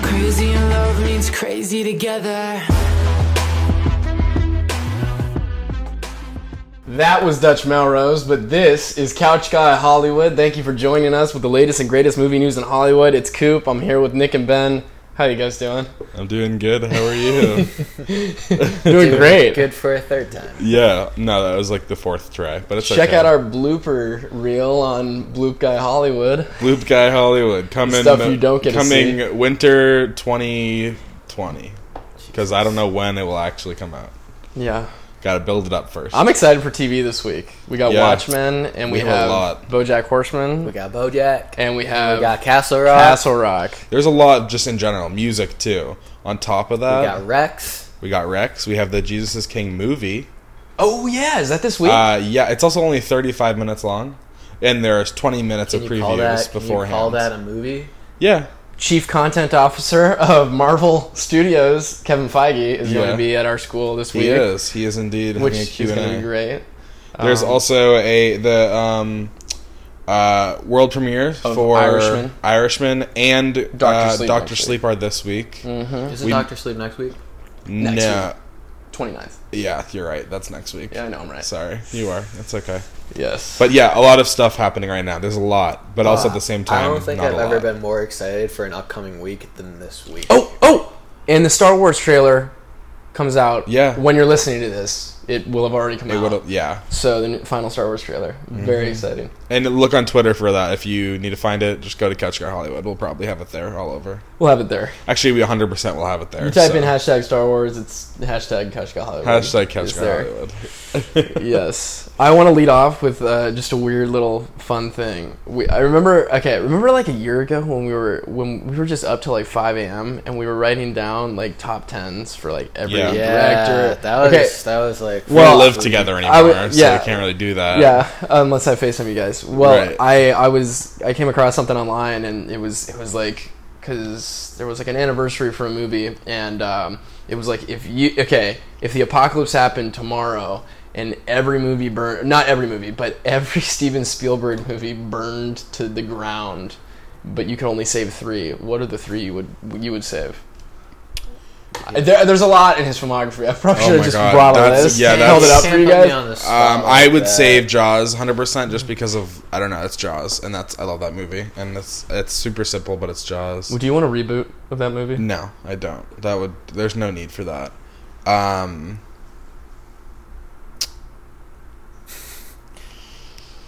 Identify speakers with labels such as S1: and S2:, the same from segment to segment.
S1: Crazy in love means crazy together.
S2: That was Dutch Melrose, but this is Couch Guy Hollywood. Thank you for joining us with the latest and greatest movie news in Hollywood. It's Coop. I'm here with Nick and Ben. How you guys doing?
S3: I'm doing good. How are you?
S2: Doing great.
S4: Good for a third time.
S3: yeah. No, that was like the fourth try, but it's
S2: Check
S3: okay.
S2: out our blooper reel on Bloop Guy Hollywood.
S3: Bloop Guy Hollywood coming.
S2: Stuff you don't get to
S3: coming winter 2020, because I don't know when it will actually come out.
S2: Yeah.
S3: Got to build it up 1st
S2: I'm excited for TV this week. We got
S3: Yeah.
S2: Watchmen, and we,
S3: We have a
S2: have,
S3: lot.
S2: BoJack Horseman,
S4: We got BoJack.
S2: and we have
S4: we got Castle Rock.
S2: Castle Rock.
S3: There's a lot just in general, music too. On top of that,
S4: We got Rex.
S3: we got Rex. We have the Jesus is King movie.
S2: Oh yeah, is that this week?
S3: Uh, yeah, it's also only 35 minutes long, and there's 20 minutes of
S4: Can you
S3: previews
S4: call that? Can you
S3: beforehand.
S4: call that a movie?
S3: yeah,
S2: Chief Content Officer of Marvel Studios, Kevin Feige, is going
S3: Yeah.
S2: to be at our school this
S3: he
S2: week,
S3: is. He is indeed.
S2: which
S3: having a
S2: is
S3: Q&A.
S2: going to be great.
S3: There's
S2: Um,
S3: also a the um, uh, world premiere for
S2: Irishman.
S3: Irishman and Doctor uh,
S2: Sleep
S3: Doctor
S2: next
S3: Sleep are this week.
S4: Is it
S3: We-
S4: Doctor Sleep next week?
S2: Next
S3: no,
S2: 29th.
S3: yeah, you're right. That's next week.
S2: Yeah, I know I'm right.
S3: Sorry, you are. That's okay.
S2: Yes.
S3: But yeah, a lot of stuff happening right now. There's a lot, but also at the same time,
S4: I don't think
S3: not
S4: I've
S3: a
S4: ever
S3: lot.
S4: been more excited for an upcoming week than this week.
S2: oh, oh! And the Star Wars trailer comes out.
S3: Yeah.
S2: When you're listening to this, it will have already come
S3: It
S2: out.
S3: would've- Mm-hmm. yeah,
S2: So the new- final Star Wars trailer, very exciting.
S3: and look on Twitter for that if you need to find it. Just go to Catch Guy Hollywood. We'll probably have it there all over.
S2: We'll have it there.
S3: Actually, we 100 percent will have it there.
S2: You type
S3: so.
S2: in hashtag Star Wars, it's hashtag Kashka Hollywood.
S3: hashtag
S2: It's
S3: Catch Guy
S2: there.
S3: Hollywood.
S2: yes. I want to lead off with uh, just a weird little fun thing. We, I remember, okay, remember like a year ago when we were when we were just up till like 5 a.m. and we were writing down like top tens for like every
S3: Yeah.
S4: yeah,
S2: director.
S4: that was
S2: Uh, Okay,
S4: that was like
S3: We
S2: Well,
S3: don't live together anymore,
S2: I would-
S3: so
S2: yeah.
S3: we can't really do that.
S2: yeah, unless I FaceTime you guys. Well,
S3: Uh, Right.
S2: I I was I came across something online and it was it was like because there was like an anniversary for a movie and um, it was like if you okay if the apocalypse happened tomorrow and every movie burned not every movie but every Steven Spielberg movie burned to the ground but you can only save three what are the three you would you would save. I- There, there's a lot in his filmography. I probably
S3: Oh
S2: should have
S3: my
S2: just
S3: God,
S2: brought a
S3: that's-
S2: list,
S3: yeah,
S2: held it
S3: that's-
S2: up for you guys.
S3: Um, I would save Jaws 100% just because of I don't know, it's Jaws and that's I love that movie and it's it's super simple but it's Jaws.
S2: Do you want a reboot of that movie?
S3: no, I don't. That would there's no need for that. Um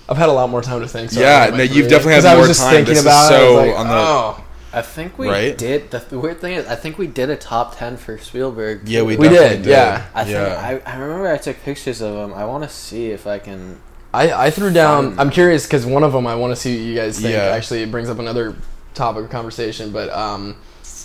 S2: I've had a lot more time to think. so I
S3: yeah,
S2: don't know
S3: no,
S2: my
S3: you've
S2: career.
S3: definitely
S2: 'Cause I
S3: had more
S2: was just
S3: time.
S2: thinking
S3: This is
S2: about it, I was
S3: so
S2: like,
S3: on the
S2: oh.
S4: I think we
S3: Right?
S4: did. The th- weird thing is, I think we did a top ten for Spielberg.
S3: Yeah, we,
S2: We
S3: definitely
S2: did, yeah.
S4: I think
S3: yeah.
S4: I, I remember I took pictures of them. I want to see if I can.
S2: I, I threw down.
S4: Fun.
S2: I'm curious because one of them I want to see what you guys think.
S3: Yeah.
S2: Actually, it brings up another topic of conversation. But um,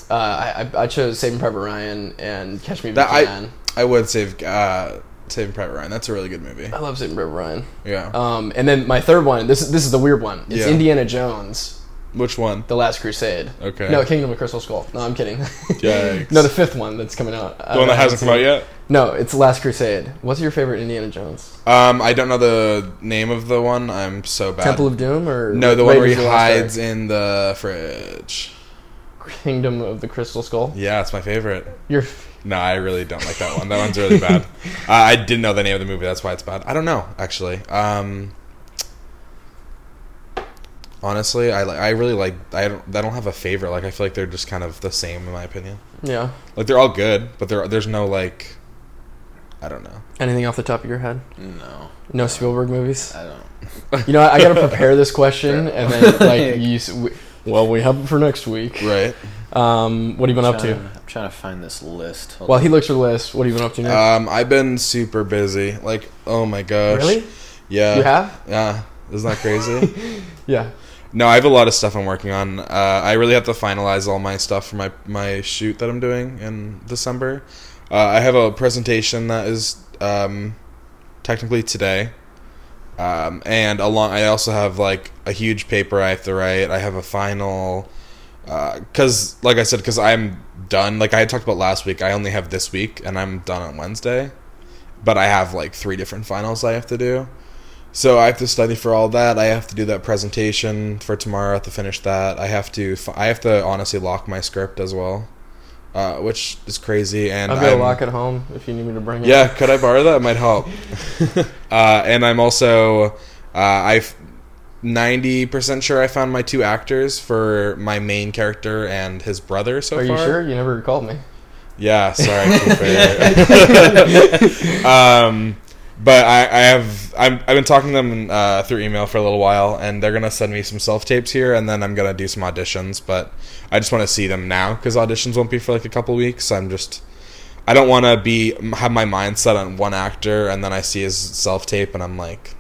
S2: uh, I, I- I chose Saving Private Ryan and Catch Me If You
S3: That- I-
S2: Can.
S3: I would save uh Saving Private Ryan. That's a really good movie.
S2: I, love Saving Private Ryan.
S3: Yeah.
S2: Um, and then my third one. This is this is the weird one. It's
S3: Yeah.
S2: Indiana Jones,
S3: Which one?
S2: The Last Crusade.
S3: Okay.
S2: No, Kingdom of Crystal Skull. No, I'm kidding.
S3: Yikes.
S2: no, the fifth one that's coming out.
S3: the one that hasn't come out yet?
S2: No, it's Last Crusade. What's your favorite Indiana Jones?
S3: Um I don't know the name of the one. I'm so bad.
S2: Temple of Doom or
S3: No, the one where he
S2: Raiders of the Lost Ark?
S3: hides in the fridge.
S2: Kingdom of the Crystal Skull.
S3: Yeah, it's my favorite.
S2: You're
S3: No, I really don't like that one. That one's really bad. Uh, I didn't know the name of the movie. That's why it's bad. I don't know actually. Um, honestly, I li- I really like I don't I don't have a favorite. Like I feel like they're just kind of the same in my opinion.
S2: yeah.
S3: Like they're all good, but there there's no like I don't know.
S2: Anything off the top of your head?
S4: No,
S2: No Spielberg movies.
S4: I don't.
S2: You know, what, I gotta prepare this question and then like
S4: Like-
S2: you. s- We, well, we have it for next week.
S3: Right.
S2: Um, what have you been up
S4: trying,
S2: to?
S4: I'm trying to find this list. Hold
S2: While
S4: on.
S2: he looks for the list, what have you been up to? Nick?
S3: Um, I've been super busy. Like oh my gosh.
S2: really?
S3: Yeah.
S2: you have?
S3: Yeah. Isn't that crazy?
S2: Yeah.
S3: No, I have a lot of stuff I'm working on. Uh, I really have to finalize all my stuff for my my shoot that I'm doing in December. Uh, I have a presentation that is um, technically today, um, and along I also have like a huge paper I have to write. I have a final because, like I said, because I'm done. Like I had talked about last week, I only have this week, and I'm done on Wednesday. But I have like three different finals I have to do. So I have to study for all that. I have to do that presentation for tomorrow. I have to finish that. I have to. f- I have to honestly lock my script as well, uh, which is crazy. And
S2: I've got a
S3: I'm-
S2: lock at home if you need me to bring it.
S3: yeah, could I borrow that? It might help. uh, and I'm also, uh, I've ninety percent sure I found my two actors for my main character and his brother so
S2: Are you
S3: far.
S2: sure? You never called me.
S3: Yeah, sorry. I couldn't figure it out. um, but I, I have I'm, I've been talking to them uh, through email for a little while, and they're gonna send me some self tapes here, and then I'm gonna do some auditions. But I just want to see them now because auditions won't be for like a couple weeks. I'm just I don't want to be have my mind set on one actor, and then I see his self tape, and I'm like,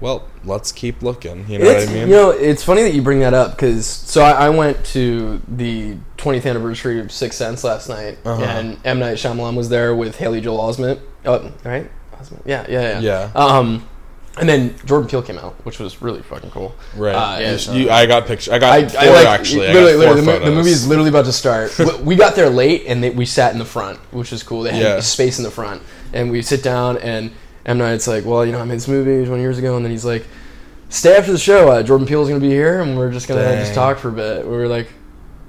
S3: well, let's keep looking. You know
S2: It's,
S3: what I mean?
S2: You know, it's funny that you bring that up because so I, I went to the 20th anniversary of Sixth Sense last night,
S3: Uh-huh.
S2: and M Night Shyamalan was there with Haley Joel Osment. Oh, right, Osment. Yeah, yeah,
S3: Yeah.
S2: yeah. Um, and then Jordan Peele came out, which was really fucking cool.
S3: right.
S2: Uh,
S3: You-
S2: and-
S3: you- I got picture. I got
S2: I,
S3: four
S2: I like,
S3: actually. I got
S2: Literally,
S3: four
S2: literally, the, mo- the
S3: photos.
S2: movie is literally about to start. We- we got there late, and they, we sat in the front, which is cool. They had
S3: Yeah.
S2: space in the front, and we sit down, and M Night's like, "Well, you know, I made this movie 20 years ago," and then he's like, "Stay after the show. Uh, Jordan Peele's gonna be here, and we're just gonna just
S3: Dang.
S2: talk for a bit." We were like,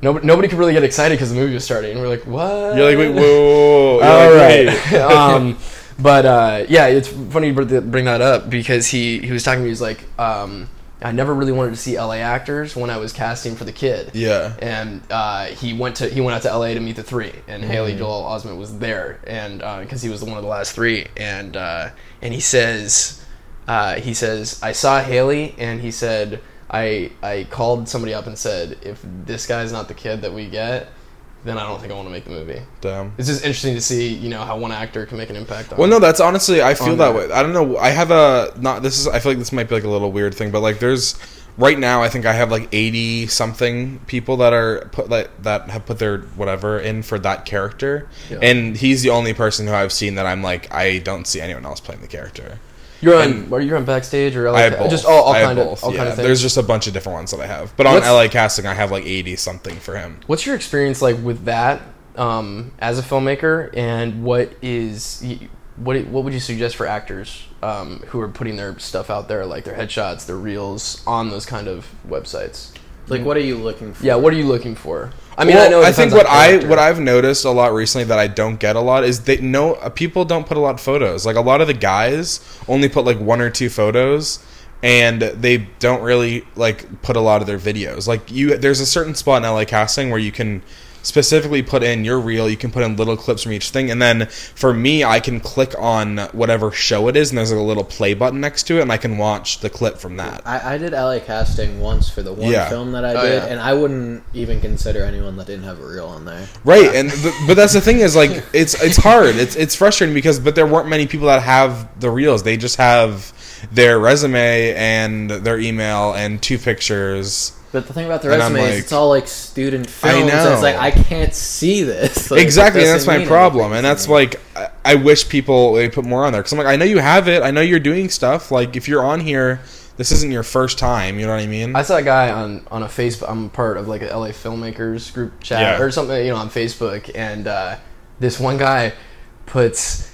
S2: nobody, nobody could really get excited because the movie was starting. And we're like, "What?"
S3: You're like, wait, whoa, whoa, whoa. You're
S2: All
S3: like,
S2: right.
S3: wait.
S2: um, but uh, yeah, it's funny you br- th- bring that up because he, he was talking to me. He's like, um, I never really wanted to see LA actors when I was casting for the kid.
S3: Yeah.
S2: And uh, he went to he went out to LA to meet the three, and Haley Joel Osment was there, and because he was the one of the last three, and uh, and he says, uh, he says, I saw Haley, and he said, I I called somebody up and said, if this guy's not the kid that we get, then I don't think I want to make the movie
S3: Damn.
S2: it's just interesting to see you know how one actor can make an impact on
S3: Well, no, that's honestly, I feel
S2: On
S3: that
S2: that.
S3: way. I don't know. I have a not. This is. I feel like this might be like a little weird thing, but like, there's right now. I think I have like eighty something people that are put like that have put their whatever in for that character,
S2: Yeah.
S3: and he's the only person who I've seen that I'm like, I don't see anyone else playing the character.
S2: you're on are you on backstage or LA
S3: I have
S2: ca-
S3: both.
S2: just all, all
S3: I have
S2: kind of
S3: both,
S2: all kind
S3: yeah.
S2: of things
S3: There's just a bunch of different ones that I have, but on
S2: What's-
S3: LA casting, I have like eighty something for him.
S2: what's your experience like with that um, as a filmmaker and what is y- what what would you suggest for actors um, who are putting their stuff out there like their headshots their reels on those kind of websites
S4: Like, what are you looking for?
S2: yeah what are you looking for I mean
S3: Well,
S2: I know it
S3: think
S2: depends on
S3: what I
S2: character.
S3: what I've noticed a lot recently that I don't get a lot is that no uh, people don't put a lot of photos. Like a lot of the guys only put like one or two photos, and they don't really like put a lot of their videos. Like you, there's a certain spot in LA casting where you can specifically put in your reel. You can put in little clips from each thing, and then for me, I can click on whatever show it is, and there's a little play button next to it, and I can watch the clip from that.
S4: I, I did LA casting once for the one
S3: Yeah.
S4: film that I
S2: Oh,
S4: did,
S2: yeah.
S4: and I wouldn't even consider anyone that didn't have a reel on there.
S3: Right, and th- but that's the thing is like it's it's hard. It's it's frustrating because but there weren't many people that have the reels. They just have their resume and their email and two pictures.
S4: But the thing about the
S3: And I'm
S4: resumes,
S3: like-
S4: it's all like student films.
S3: know.
S4: and It's like I can't see this. Like, it
S3: exactly, and that's
S4: doesn't
S3: my
S4: mean
S3: problem.
S4: anything
S3: And
S4: to
S3: that's
S4: me.
S3: like I, I wish people they put more on there because I'm like I know you have it. I know you're doing stuff. Like if you're on here, this isn't your first time. You know what I mean?
S2: I saw a guy on on a Facebook. I'm part of like a LA filmmakers group chat
S3: Yeah.
S2: or something, you know, on Facebook. And uh, this one guy puts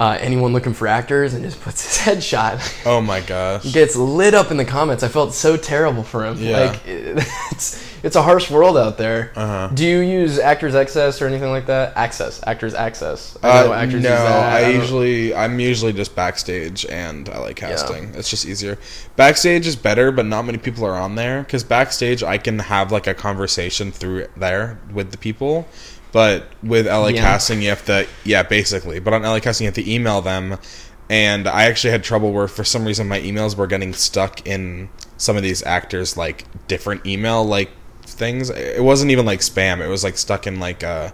S2: uh, anyone looking for actors and just puts his headshot.
S3: oh my gosh.
S2: Gets lit up in the comments. I felt so terrible for him.
S3: Yeah.
S2: Like it- it's it's a harsh world out there.
S3: Uh-huh.
S2: Do you use Actors Access or anything like that? Access, Actors Access.
S3: Uh, no,
S2: use that.
S3: I,
S2: don't-
S3: usually I'm usually just backstage, and I like casting. It's just easier. Backstage is better, but not many people are on there because backstage I can have like a conversation through there with the people. But with LA
S2: Yeah.
S3: casting, you have to yeah, basically. But on LA casting, you have to email them, and I actually had trouble where for some reason my emails were getting stuck in some of these actors like different email like things. It wasn't even like spam. It was like stuck in like uh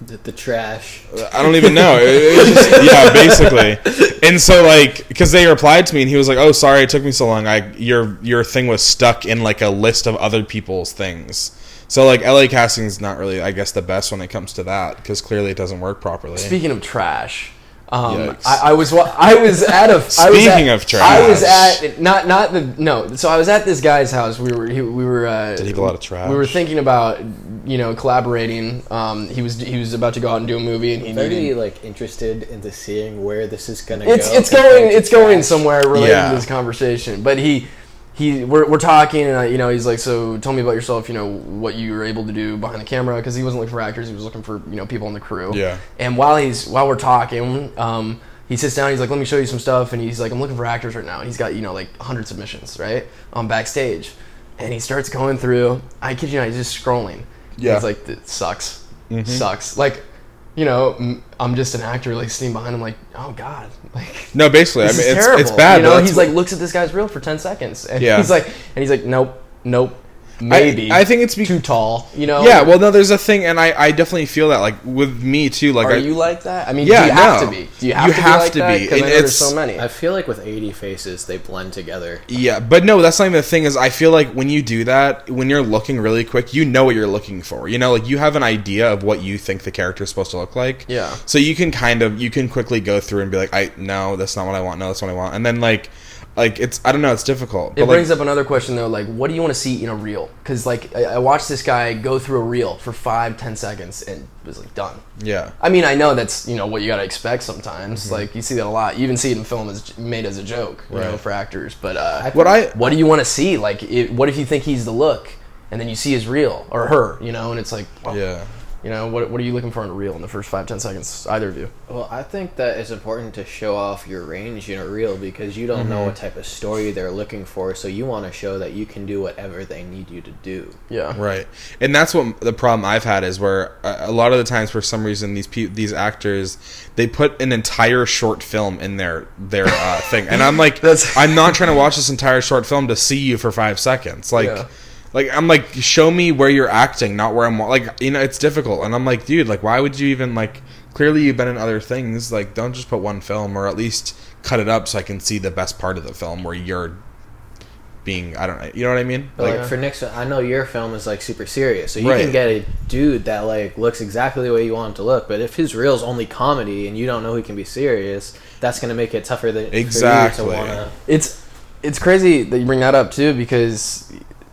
S4: the, the trash.
S3: I don't even know. It- it was just- yeah, basically. And so like, because they replied to me, and he was like, "Oh, sorry, it took me so long. I your your thing was stuck in like a list of other people's things." So like, LA casting is not really, I guess, the best when it comes to that because clearly it doesn't work properly.
S2: Speaking of trash, Um,
S3: Yikes.
S2: I, I was wa- I was at a I was
S3: Speaking
S2: at-
S3: of trash.
S2: I was at not not the no. So I was at this guy's house. We were he, we were uh,
S3: Did he have a lot of trash?
S2: We were thinking about you know collaborating. Um, he was he was about to go out and do a movie, and he
S4: Very
S2: needed.
S4: like interested into seeing where this is gonna
S2: It's
S4: go.
S2: it's
S4: compared
S2: going
S4: to
S2: it's going
S4: trash.
S2: somewhere related
S3: Yeah.
S2: to this conversation, but he. He, we're, we're talking and I, you know he's like so tell me about yourself you know what you were able to do behind the camera because he wasn't looking for actors he was looking for you know people in the crew
S3: Yeah.
S2: and while he's while we're talking, um, he sits down. He's like, "Let me show you some stuff." And he's like, "I'm looking for actors right now." And he's got you know like 100 submissions right on backstage, and he starts going through. I kid you not, he's just scrolling.
S3: Yeah. Mm-hmm.
S2: he's like, "It sucks, sucks." Like, you know, m- I'm just an actor like sitting behind him, like, "Oh God, like."
S3: No, basically,
S2: This
S3: I
S2: is
S3: mean,
S2: terrible.
S3: it's, it's bad.
S2: You
S3: but
S2: know,
S3: that's
S2: he's like looks at this guy's reel for ten seconds, and
S3: Yeah.
S2: he's like, and he's like, nope, nope, maybe.
S3: I think it's bec-
S2: too tall. You know?
S3: yeah. Well, no, there's a thing, and I, I definitely feel that like with me too. Like,
S2: Are
S3: I,
S2: you like that? I mean,
S3: Yeah,
S2: do you have
S3: no.
S2: to be? Do you have
S3: You
S2: to
S3: have
S2: be like
S3: to
S2: that?
S3: be.
S2: 'Cause I
S3: It-
S2: know
S3: it's-
S2: there's so many.
S4: I feel like with 80 faces, they blend together.
S3: yeah, but no, that's not even the thing. Is I feel like when you do that, when you're looking really quick, you know what you're looking for. You know, like you have an idea of what you think the character is supposed to look like.
S2: Yeah.
S3: So you can kind of you can quickly go through and be like, I no, that's not what I want. No, that's what I want. And then like, like it's I don't know, it's difficult.
S2: It
S3: but,
S2: brings
S3: like,
S2: up another question though, like what do you want to see in a reel? Because like I, I watched this guy go through a reel for five, ten seconds and was like done.
S3: yeah.
S2: I mean, I know that's you know what you gotta expect sometimes.
S3: Mm-hmm.
S2: Like you see that a lot. You even see it in film as made as a joke, you know,
S3: Right.
S2: for actors. But uh,
S3: What I
S2: what do you want to see? Like, it, what if you think he's the look, and then you see his reel or her, you know, and it's like, well,
S3: yeah.
S2: you know, what what are you looking for in a reel in the first five, ten seconds? Either of you.
S4: Well, I think that it's important to show off your range in a reel because you don't
S2: Mm-hmm.
S4: know what type of story they're looking for, so you want to show that you can do whatever they need you to do.
S2: Yeah.
S3: Right, and that's what the problem I've had is where uh, a, a lot of the times, for some reason, these pe- these actors they put an entire short film in their their uh, thing, and I'm like,
S2: That's-
S3: I'm not trying to watch this entire short film to see you for five seconds, like.
S2: Yeah.
S3: Like I'm like, show me where you're acting, not where I'm. wa- Like you know, it's difficult, and I'm like, dude, like why would you even like? Clearly, you've been in other things. Like, don't just put one film, or at least cut it up so I can see the best part of the film where you're being. I don't know. You know what I mean?
S2: Oh,
S4: But like for next, I know your film is like super serious, so you
S3: Right.
S4: can get a dude that like looks exactly the way you want him to look. But if his reel's only comedy and you don't know he can be serious, that's gonna make it tougher than
S3: Exactly.
S4: For you to wanna,
S2: It's it's crazy that you bring that up too because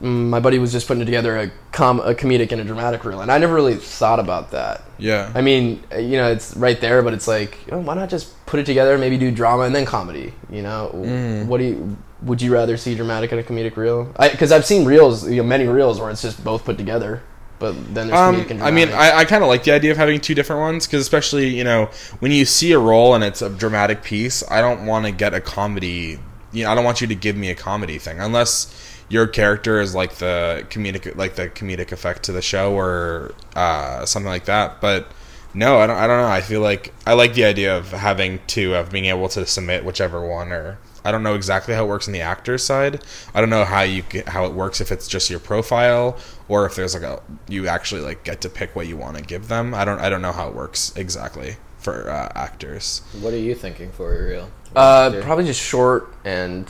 S2: my buddy was just putting together a com a comedic and a dramatic reel, and I never really thought about that.
S3: Yeah.
S2: I mean, uh, you know, it's right there, but it's like, oh, why not just put it together? Maybe do drama and then comedy. You know,
S3: Mm.
S2: what do you? Would you rather see dramatic and a comedic reel? Because I've seen reels, you know, many reels where it's just both put together, but then there's comedic and
S3: Um, I mean,
S2: dramatic.
S3: I, I kind of like the idea of having two different ones because, especially, you know, when you see a role and it's a dramatic piece, I don't want to get a comedy. You know, I don't want you to give me a comedy thing unless your character is like the comedic, like the comedic effect to the show or uh, something like that. But no, I don't. I don't know. I feel like I like the idea of having two of being able to submit whichever one or. I don't know exactly how it works on the actor's side. I don't know how you get, how it works if it's just your profile or if there's like a you actually like get to pick what you want to give them. I don't I don't know how it works exactly for uh, actors.
S4: what are you thinking for a reel?
S2: uh, probably just short and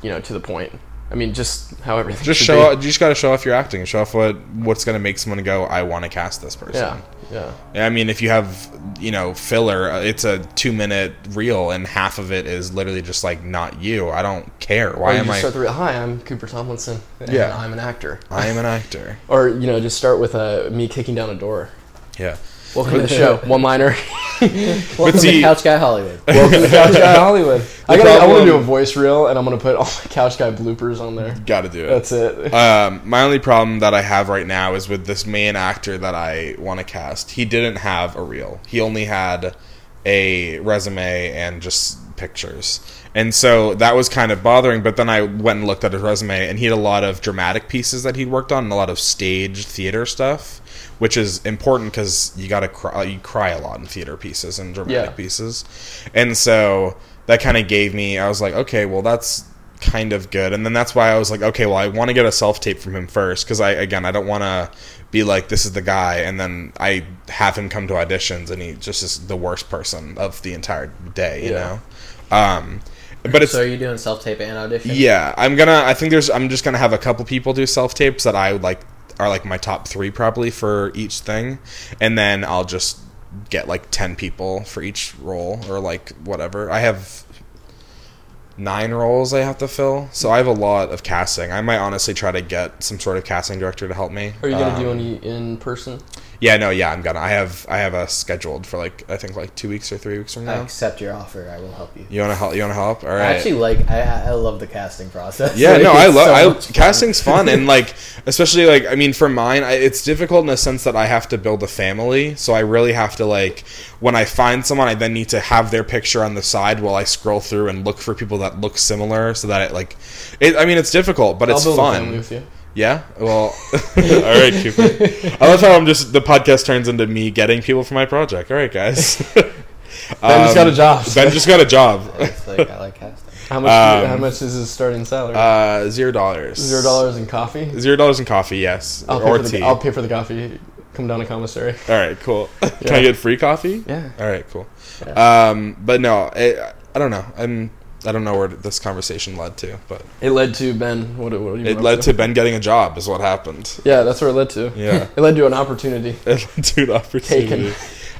S2: you know to the point. I mean, just how everything
S3: Just
S2: should
S3: show
S2: be.
S3: you just got to show off your acting. Show off what what's going to make someone go I want to cast this person.
S2: Yeah, yeah.
S3: I mean, if you have, you know, filler, uh, it's a two minute reel and half of it is literally just like not you. I don't care.
S2: Or
S3: Why
S2: Oh, you
S3: am
S2: just
S3: I?
S2: start the re- Hi, I'm Cooper Tomlinson. And
S3: Yeah.
S2: I'm an actor.
S3: I am an actor.
S2: Or you know, just start with uh, me kicking down a door.
S3: Yeah.
S2: Welcome to the show. One liner.
S4: Welcome
S3: see-
S4: to Couch Guy Hollywood.
S2: Welcome to Couch Guy Hollywood. I gotta, I want to
S3: problem-
S2: do a voice reel, and I'm gonna put all my Couch Guy bloopers on there.
S3: Got to do it.
S2: That's it.
S3: um, my only problem that I have right now is with this main actor that I want to cast. He didn't have a reel. He only had a resume and just pictures. And so that was kind of bothering, but then I went and looked at his resume and he had a lot of dramatic pieces that he'd worked on and a lot of stage theater stuff, which is important cuz you got to cry you cry a lot in theater pieces and dramatic
S2: Yeah.
S3: pieces. And so that kind of gave me I was like, okay, well that's kind of good. And then that's why I was like, okay, well, I want to get a self tape from him first because I, again, I don't want to be like, this is the guy. And then I have him come to auditions and he just is the worst person of the entire day, you
S2: Yeah.
S3: know? Um, but it's,
S4: So are you doing self tape and audition?
S3: yeah, I'm gonna, I think there's, I'm just gonna have a couple people do self tapes that I would like, are like my top three probably for each thing. And then I'll just get like 10 people for each role or like whatever. I have nine roles I have to fill, so I have a lot of casting. I might honestly try to get some sort of casting director to help me.
S2: Are you gonna do
S3: Um,
S2: any in person?
S3: Yeah, no, yeah, I'm gonna. I have I have a scheduled for like I think like two weeks or three weeks from
S4: I
S3: now.
S4: accept your offer. I will help you.
S3: You wanna help? You wanna help? All right.
S4: I actually like. I, I love the casting process.
S3: Yeah,
S4: Like,
S3: no,
S4: it's
S3: I
S4: so
S3: love
S4: much
S3: I
S4: fun.
S3: casting's fun and like especially like I mean for mine I, it's difficult in the sense that I have to build a family, so I really have to like when I find someone I then need to have their picture on the side while I scroll through and look for people that look similar so that it like it, I mean it's difficult, but it's
S2: I'll build
S3: fun.
S2: a family with you.
S3: Yeah. Well, all right, Cooper. I love how I'm just the podcast turns into me getting people for my project. All right, guys. ben
S2: Um, Ben just got a job.
S3: Ben just got a job.
S4: It's like, I like casting.
S2: How much?
S3: Um,
S2: how much is his starting salary?
S3: Uh, zero dollars.
S2: Zero dollars in coffee.
S3: Zero dollars in coffee. Yes.
S2: I'll pay,
S3: or
S2: for the,
S3: tea.
S2: I'll pay for the coffee. Come down to commissary.
S3: All right. Cool. Can
S2: Yeah.
S3: I get free coffee?
S2: Yeah.
S3: All right. Cool. Um, but no, I, I don't know. I'm. I don't know where this conversation led to, but
S2: It led to Ben. What? what are you
S3: it
S2: up
S3: led to Ben getting a job. Is what happened.
S2: Yeah, that's where it led to.
S3: Yeah.
S2: It led to an opportunity.
S3: dude opportunity.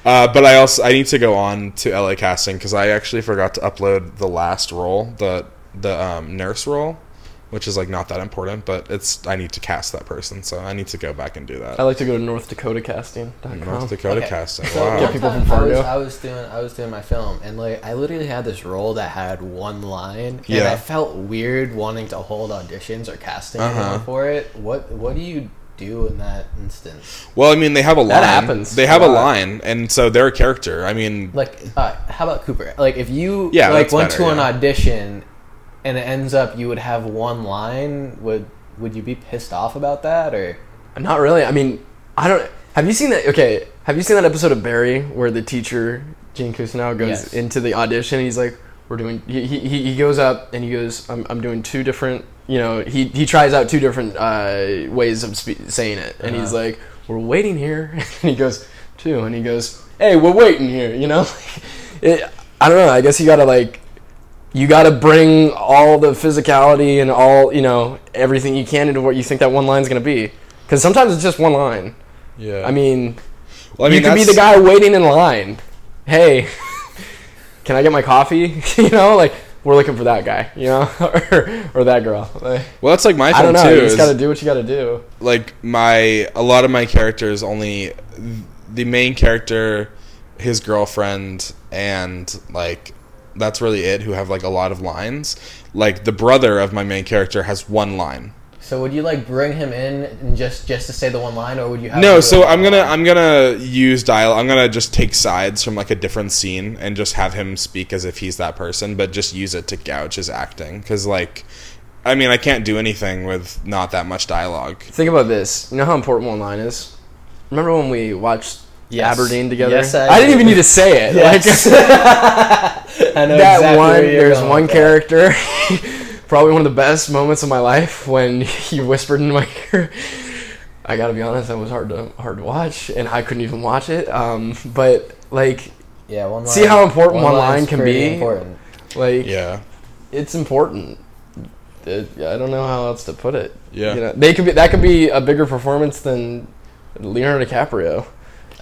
S3: Uh, but I also I need to go on to LA casting because I actually forgot to upload the last role, the the um, nurse role, which is like not that important, but it's I need to cast that person, so I need to go back and do that.
S2: I like to go to North Dakota Casting.com.
S3: North Dakota
S4: Okay.
S3: casting.
S4: So
S3: Wow.
S2: Yeah,
S4: one
S2: people
S4: time
S2: from
S4: I was,
S2: Fargo.
S4: I was doing I was doing my film and like I literally had this role that had one line and
S3: Yeah.
S4: I felt weird wanting to hold auditions or casting
S3: Uh-huh.
S4: for it. What what do you do in that instance?
S3: Well, I mean, they have a line.
S2: That happens
S3: They have a
S2: a lot.
S3: line, and so they're a character. I mean,
S4: Like uh, how about Cooper? Like if you
S3: Yeah,
S4: like
S3: that's
S4: went
S3: better,
S4: to an
S3: yeah.
S4: audition and it ends up you would have one line, would would you be pissed off about that or
S2: Not really. I mean, I don't. Have you seen that? Okay. Have you seen that episode of Barry where the teacher Gene Cousineau goes
S4: Yes.
S2: into the audition and he's like, "We're doing." He, he, he he goes up and he goes, "I'm, I'm doing two different." You know, he he tries out two different uh, ways of spe- saying it, and he's
S4: Uh-huh.
S2: like, "We're waiting here," and he goes two, and he goes, "Hey, we're waiting here." You know, it, I don't know. I guess you gotta like you got to bring all the physicality and all you know everything you can into what you think that one line's going to be because sometimes it's just one line
S3: yeah.
S2: i mean,
S3: well, I
S2: you could be the
S3: that's-
S2: guy waiting in line hey can i get my coffee you know like we're looking for that guy you know or, or that girl Like,
S3: Well, that's like my
S2: i
S3: film
S2: don't know
S3: too.
S2: you just
S3: is-
S2: got to do what you got to do
S3: like my a lot of my characters only the main character his girlfriend and like that's really it who have like a lot of lines like the brother of my main character has one line
S4: so would you like bring him in and just just to say the one line or would you have him
S3: no
S4: do
S3: so
S4: it
S3: i'm gonna
S4: online?
S3: i'm gonna use dial i'm gonna just take sides from like a different scene and just have him speak as if he's that person but just use it to gouge his acting because like i mean i can't do anything with not that much dialogue
S2: think about this you know how important one line is remember when we watched
S4: Yes.
S2: aberdeen together
S4: Yes, I-
S2: didn't even need to say it like
S4: Yes. I know
S2: that
S4: exactly
S2: one
S4: where you're
S2: there's
S4: going
S2: one
S4: with that.
S2: character probably one of the best moments of my life when you whispered in my ear i gotta be honest that was hard to hard to watch and i couldn't even watch it um, but like
S4: Yeah, one line.
S2: See how important one
S4: line's
S2: line can
S4: pretty
S2: be?
S4: Important.
S2: like
S3: yeah
S2: it's important It- i don't know how else to put it
S3: Yeah.
S2: you know, they could be that could be a bigger performance than leonardo dicaprio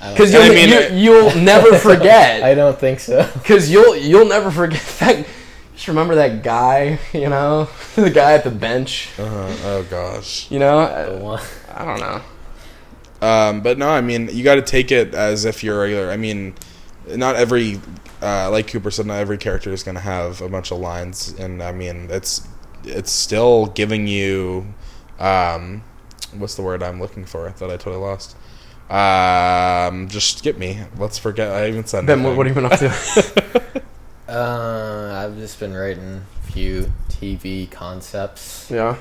S4: I don't
S2: because
S4: think-
S2: you'll,
S3: I mean,
S2: you,
S3: I-
S2: you'll never forget
S4: I don't think so.
S2: Cause you'll you'll never forget that. Just remember that guy, you know, the guy at the bench,
S3: uh oh gosh
S2: you know.
S4: The
S2: I,
S4: one-
S2: I don't know.
S3: Um, but no, I mean, you got to take it as if you're a regular. I mean, not every, uh, like Cooper said, not every character is going to have a bunch of lines, and I mean, it's it's still giving you, um, what's the word I'm looking for that I totally lost. Um, just skip me. Let's forget. I even said
S2: Ben, what, what have you been up to?
S4: Uh, I've just been writing a few TV concepts
S2: yeah,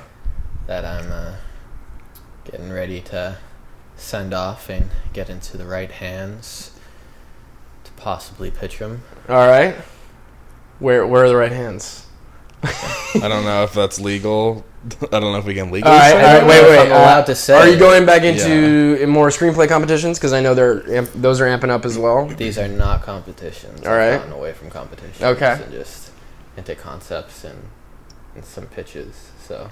S4: that I'm uh, getting ready to send off and get into the right hands to possibly pitch them.
S2: all right. Where where are the right hands?
S3: I don't know if that's legal. I don't know if we can legally.
S2: All right,
S3: say
S2: all
S4: I
S2: right.
S4: don't
S2: Wait,
S4: know if
S2: wait.
S4: I'm allowed to say
S2: Are you
S4: it.
S2: going back into more screenplay competitions? Because I know they're amp- those are amping up as well.
S4: These are not competitions.
S2: Mm-hmm. All right.
S4: I've gotten away from competitions.
S2: Okay.
S4: And just into concepts and, and some pitches. So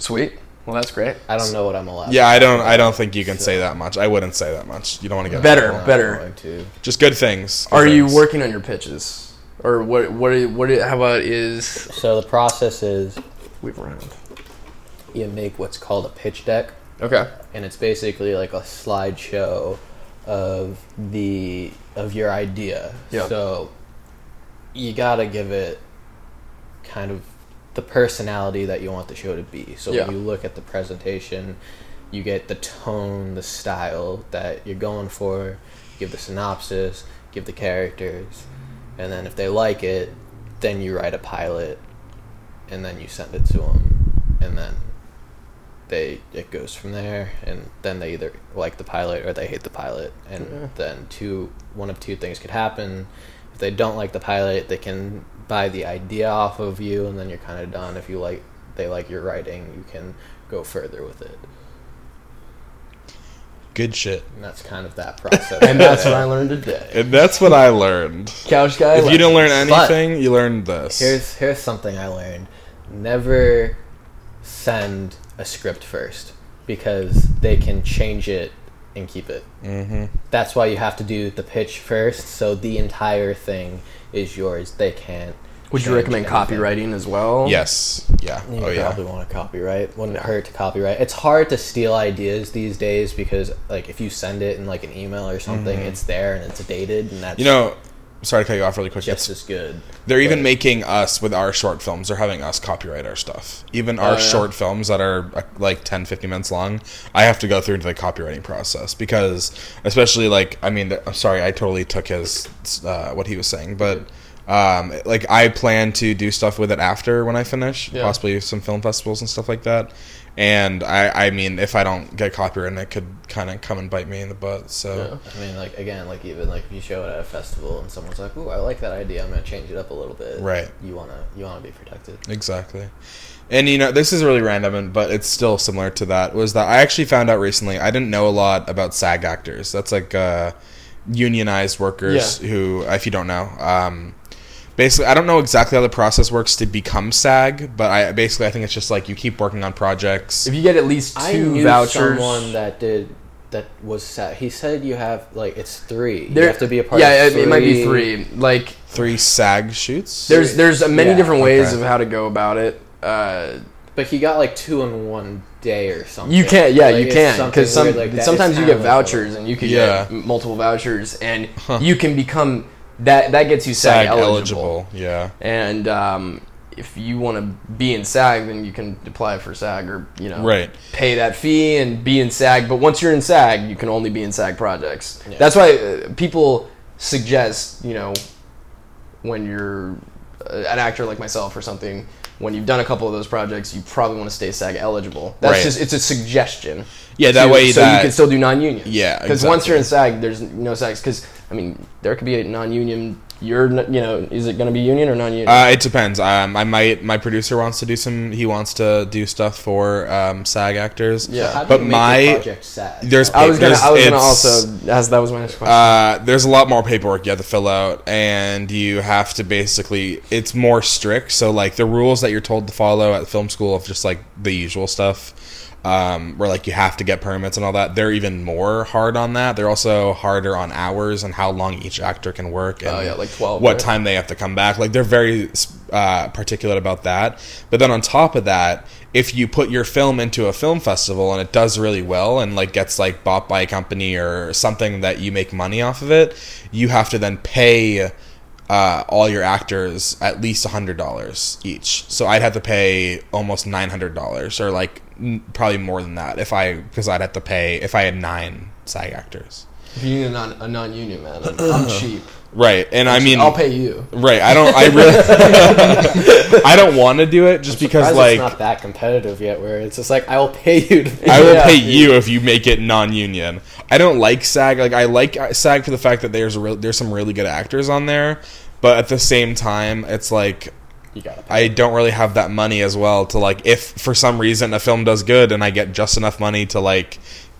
S2: Sweet. Well, that's great.
S4: I don't know what I'm allowed.
S3: Yeah, I don't. I don't think you can say that much. I wouldn't say that much. You don't want to get in
S2: Better,
S3: trouble.
S4: I'm
S2: better.
S4: going to.
S3: Just good things. good
S2: Are you
S3: things.
S2: working on your pitches, or what? What? are- What? are- How about is
S4: So the process is
S2: we've round?
S4: you make what's called a pitch deck,
S2: Okay.
S4: and it's basically like a slideshow of the of your idea.
S2: Yeah.
S4: So you gotta give it kind of the personality that you want the show to be. So
S2: Yeah.
S4: when you look at the presentation, you get the tone, the style that you're going for. Give the synopsis, give the characters, and then if they like it, then you write a pilot, and then you send it to them, and then they it goes from there and then they either like the pilot or they hate the pilot and then two one of two things could happen if they don't like the pilot they can buy the idea off of you and then you're kind of done if you like they like your writing you can go further with it
S3: Good shit.
S4: and that's kind of that process
S2: And that's what I learned today.
S3: And that's what I learned.
S2: Couch guy.
S3: If you don't learn
S4: But-
S3: anything, you learn this.
S4: here's here's something i learned never send a script first because they can change it and keep it
S3: hmm
S4: that's why you have to do the pitch first so the entire thing is yours they can't
S2: Would you
S4: change
S2: recommend
S4: anything.
S2: copywriting as well?
S3: Yes. Yeah.
S4: you
S3: oh
S4: probably
S3: yeah.
S4: want to copyright wouldn't it hurt to copyright it's hard to steal ideas these days because like if you send it in like an email or something it's there and it's dated and that's
S3: Mm-hmm. You know, sorry to cut you off really quick.
S4: just
S3: It's,
S4: as good
S3: they're even
S4: but-
S3: making us with our short films. They're having us copyright our stuff. Even our
S2: Oh, yeah.
S3: short films that are uh, like 10, 15 minutes long, I have to go through the copywriting process because, especially like, I mean, the- I'm sorry, I totally took his uh, what he was saying, but. Um, like I plan to do stuff with it after when I finish,
S2: Yeah.
S3: possibly some film festivals and stuff like that. And I, I mean, if I don't get copyrighted, it could kind of come and bite me in the butt. So,
S2: Yeah.
S4: i mean like again like even like if you show it at a festival and someone's like ooh i like that idea i'm gonna change it up a little bit
S3: Right.
S4: you want to you want to be protected
S3: Exactly. And you know, this is really random, and- but it's still similar to that. Was that I actually found out recently? I didn't know a lot about SAG actors. That's like uh, unionized workers
S2: Yeah.
S3: who, if you don't know, um, basically, I don't know exactly how the process works to become SAG, but I basically I think it's just like you keep working on projects.
S2: If you get at least
S4: I
S2: two
S4: knew
S2: vouchers,
S4: someone that did that was sad. He said you have like it's three.
S2: there-
S4: you have to be a part.
S2: Yeah,
S4: of
S2: it-
S4: three.
S2: it might be three. Like
S3: Three SAG shoots.
S2: there's there's uh, many
S4: Yeah,
S2: different ways
S3: okay.
S2: of how to go about it. Uh,
S4: But he got like two in one day or something.
S2: You can, yeah,
S4: Like,
S2: you
S4: it's
S2: can,
S4: something
S2: because some,
S4: weird like that. It's
S2: sometimes you
S4: kinda
S2: get
S4: like a-
S2: vouchers, and you can
S3: Yeah.
S2: get m- multiple vouchers, and you can become that. That gets you SAG, eligible.
S3: Yeah.
S2: and um, if you want to be in SAG, then you can apply for SAG, or you know,
S3: Right.
S2: pay that fee and be in SAG. But once you're in SAG, you can only be in SAG projects. That's why uh, people suggest, you know, when you're uh, an actor like myself or something, when you've done a couple of those projects, you probably want to stay SAG eligible. That's
S3: Right.
S2: just it's a suggestion.
S3: Yeah, that
S2: to-
S3: way
S2: so
S3: that-
S2: you can still do non-union.
S3: Yeah,
S2: because once
S3: exactly.
S2: you're in SAG, there's no SAGs. Because I mean, there could be a non-union. You're, n- you know, is it going to be union or non-union?
S3: Uh, it depends. Um, I might. My producer wants to do some. He wants to do stuff for um, SAG actors.
S2: Yeah.
S4: How do
S3: But
S4: you make
S3: my
S4: your project sad.
S3: there's
S2: I was gonna.
S3: papers.
S2: I was gonna
S3: It's-
S2: also ask. That was my next question.
S3: uh, there's a lot more paperwork you have to fill out, and you have to basically. It's more strict, so like the rules that you're told to follow at film school of just like the usual stuff, um, where like you have to get permits and all that. They're even more hard on that. They're also harder on hours and how long each actor can work. And
S2: Oh, yeah, like 12,
S3: What
S2: right?
S3: time they have to come back? Like they're very uh, particular about that. But then on top of that. If you put your film into a film festival and it does really well and like gets like bought by a company or something that you make money off of it, you have to then pay uh, all your actors at least $100 each. So I'd have to pay almost $900 or like n- probably more than that if I, because I'd have to pay if I had nine SAG actors.
S2: if you need a, non, a non-union man, I'm, I'm cheap.
S3: Right. And I mean,
S2: I'll pay you.
S3: right. I don't, I really, I don't want to do it just because
S4: Surprised
S3: like,
S4: it's not that competitive yet, where it's just like I will pay you. To
S3: I will
S2: Yeah.
S3: pay you if you make it non-union. I don't like SAG. Like I like uh, SAG for the fact that there's real, there's some really good actors on there, but at the same time, it's like
S4: you gotta pay.
S3: I don't really have that money as well to like if for some reason a film does good and I get just enough money to like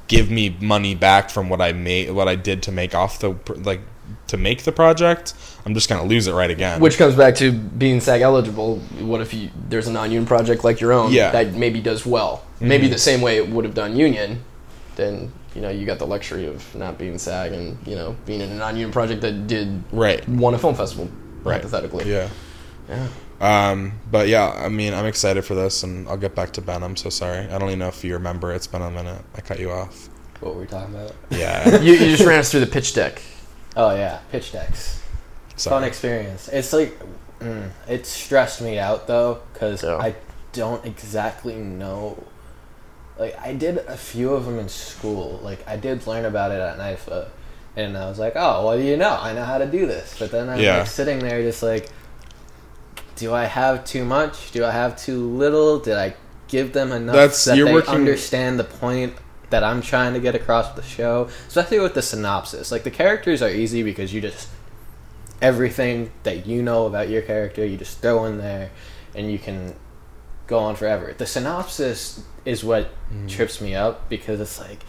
S3: give me money back from what I made, what I did to make off the pr- like to make the project, I'm just gonna lose it right again.
S2: Which comes back to being SAG eligible. What if you there's a non-union project like your own
S3: Yeah. Mm-hmm.
S2: that maybe does well, maybe the same way it would have done union, then you know you got the luxury of not being SAG and you know being in a non-union project that did
S3: right?
S2: won a film festival
S3: Right.
S2: hypothetically.
S3: Yeah.
S2: Yeah.
S3: Um, but yeah, I mean, I'm excited for this, and I'll get back to Ben. I'm so sorry. I don't even know if you remember. It's been a minute. I cut you off.
S4: What were we talking about?
S3: Yeah.
S2: you, you just ran us through the pitch deck.
S4: Oh yeah, pitch decks. Fun
S3: sorry.
S4: experience. It's like mm, it stressed me out though because
S2: Yeah.
S4: I don't exactly know. Like I did a few of them in school. Like I did learn about it at NIFA, and I was like, oh, well, you know, I know how to do this. But then I'm
S3: Yeah.
S4: like sitting there just like, do I have too much? Do I have too little? Did I give them enough
S3: That's-
S4: that
S3: you're
S4: they
S3: working-
S4: understand the point that I'm trying to get across with the show? Especially with the synopsis. Like the characters are easy because you just everything that you know about your character, you just throw in there, and you can go on forever. The synopsis is what
S3: Mm.
S4: trips me up because it's like,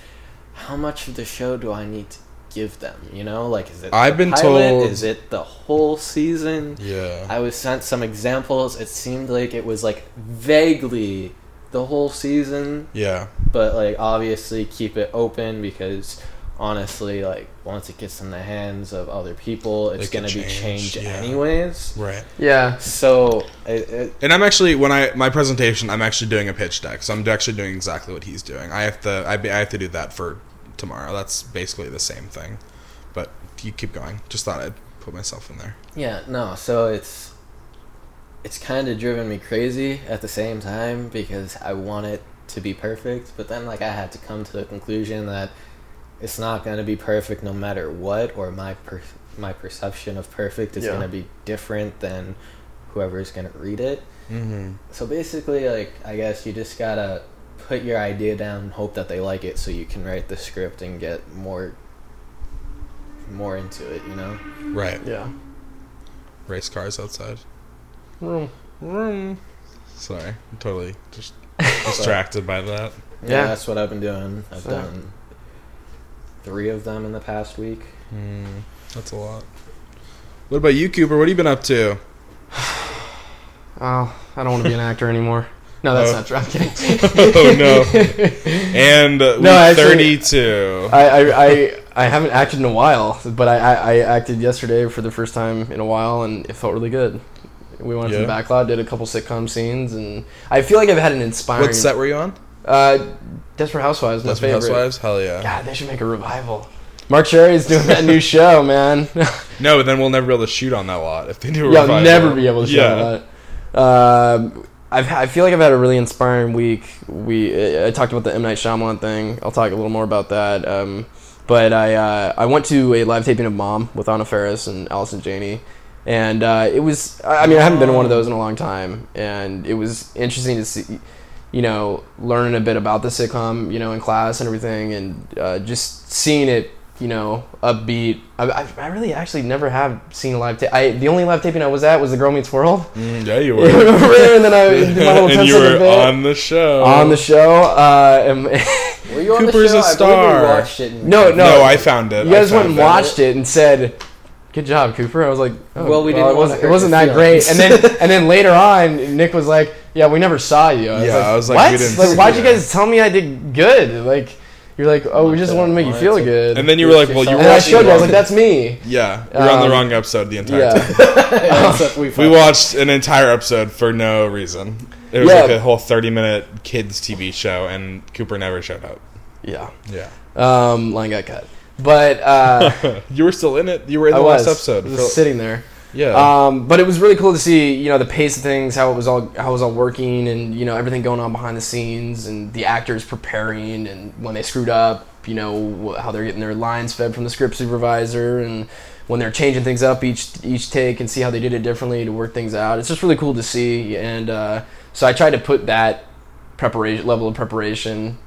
S4: how much of the show do I need to give them? You know, like is it
S3: I've
S4: the
S3: been
S4: pilot?
S3: told-
S4: is it the whole season?
S3: Yeah.
S4: I was sent some examples. It seemed like it was like vaguely the whole season,
S3: yeah.
S4: but like obviously keep it open because honestly, like once it gets in the hands of other people, it's
S3: It could
S4: gonna be
S3: change,
S4: changed
S3: yeah.
S4: anyways.
S3: Right.
S2: Yeah.
S4: So it, it,
S3: And I'm actually when I my presentation, I'm actually doing a pitch deck, so I'm actually doing exactly what he's doing. I have to I, be- I have to do that for tomorrow. That's basically the same thing, but you keep going. Just thought I'd put myself in there.
S4: yeah, no. So it's it's kind of driven me crazy at the same time because I want it to be perfect, but then like I had to come to the conclusion that it's not going to be perfect no matter what or my per- my perception of perfect is
S2: Yeah.
S4: going to be different than whoever's going to read it. So basically like I guess you just got to put your idea down, hope that they like it so you can write the script and get more more into it, you know?
S3: Right.
S2: Yeah.
S3: Race cars outside.
S2: Mm.
S3: Sorry, I'm totally just distracted by that.
S4: Yeah,
S2: Yeah.
S4: that's what I've been doing. I've
S2: So-
S4: done three of them in the past week.
S3: That's a lot. What about you, Cooper? What have you been up to?
S2: Oh, I don't want to be an actor anymore. No, that's
S3: Oh.
S2: not true. I'm kidding.
S3: oh no! And uh,
S2: No,
S3: week
S2: actually-
S3: thirty-two.
S2: I, I, I, I haven't acted in a while, but I, I, I acted yesterday for the first time in a while, and it felt really good. We went to the
S3: Yeah.
S2: backlot, did a couple sitcom scenes, and I feel like I've had an inspiring.
S3: what set were you on?
S2: Uh, Desperate Housewives, my
S3: Desperate
S2: favorite.
S3: Housewives. Hell yeah!
S2: God, they should make a revival. Mark Cherry's doing that new show, man.
S3: No, but then we'll never be able to shoot on that lot if they do. A
S2: You'll
S3: revival.
S2: never be able to show
S3: Yeah.
S2: that. Um, I've, I feel like I've had a really inspiring week. We I I talked about the M Night Shyamalan thing. I'll talk a little more about that. Um, but I uh, I went to a live taping of Mom with Anna Faris and Allison Janney, and uh, it was I I mean I haven't been to one of those in a long time, and it was interesting to see, you know, learning a bit about the sitcom, you know, in class and everything, and uh, just seeing it. You know, upbeat. I, I, I really actually never have seen a live tape. I the only live taping I was at was the Girl Meets World.
S3: Mm, yeah, you were.
S2: and then I did my little
S3: and you
S2: pencil
S3: were
S2: debate
S3: on the show.
S2: on the show. Uh, and-
S4: Were you on
S3: Cooper's a
S4: the show? I believe
S3: star.
S4: we watched it. in-
S2: No,
S3: No, I found it.
S2: you guys
S3: I
S2: went and
S3: found it.
S2: watched it and said, "Good job, Cooper." I was like, oh,
S4: Well, we
S2: it
S4: didn't wanna
S2: wasn't, it
S4: hurt
S2: wasn't
S4: your
S2: that great." And
S4: feelings.
S2: then and then later on, Nick was like, "Yeah, we never saw you." I was
S3: Yeah,
S2: like,
S3: I was like,
S2: "What?
S3: we didn't
S2: like,
S3: see
S2: why'd you
S3: you."
S2: guys tell me I did good?" Like, you're like, "Oh, we just
S4: Wanted
S2: wanted to make
S4: to-
S2: you
S4: wanted
S2: feel
S4: to-
S2: good."
S3: And then you were like, "Well, you
S4: And
S3: were
S2: and I
S3: watching
S2: showed you. I was
S3: the
S2: like, "That's me."
S3: Yeah, we were on the
S2: Um,
S3: wrong episode the entire time.
S2: Yeah.
S4: Except we,
S3: We
S4: fucked-
S3: watched an entire episode for no reason. It was
S2: Yeah.
S3: like a whole 30 minute kids TV show, and Cooper never showed up.
S2: yeah.
S3: Yeah.
S2: Um, line got cut, but uh,
S3: you were still in it. You were in
S2: I
S3: the
S2: was,
S3: last episode.
S2: just
S3: for-
S2: sitting there.
S3: yeah.
S2: Um, but it was really cool to see, you know, the pace of things, how it was all, how it was all working, and you know everything going on behind the scenes, and the actors preparing, and when they screwed up, you know wh- how they're getting their lines fed from the script supervisor, and when they're changing things up each each take and see how they did it differently to work things out. It's just really cool to see, and uh, so I tried to put that preparation level of preparation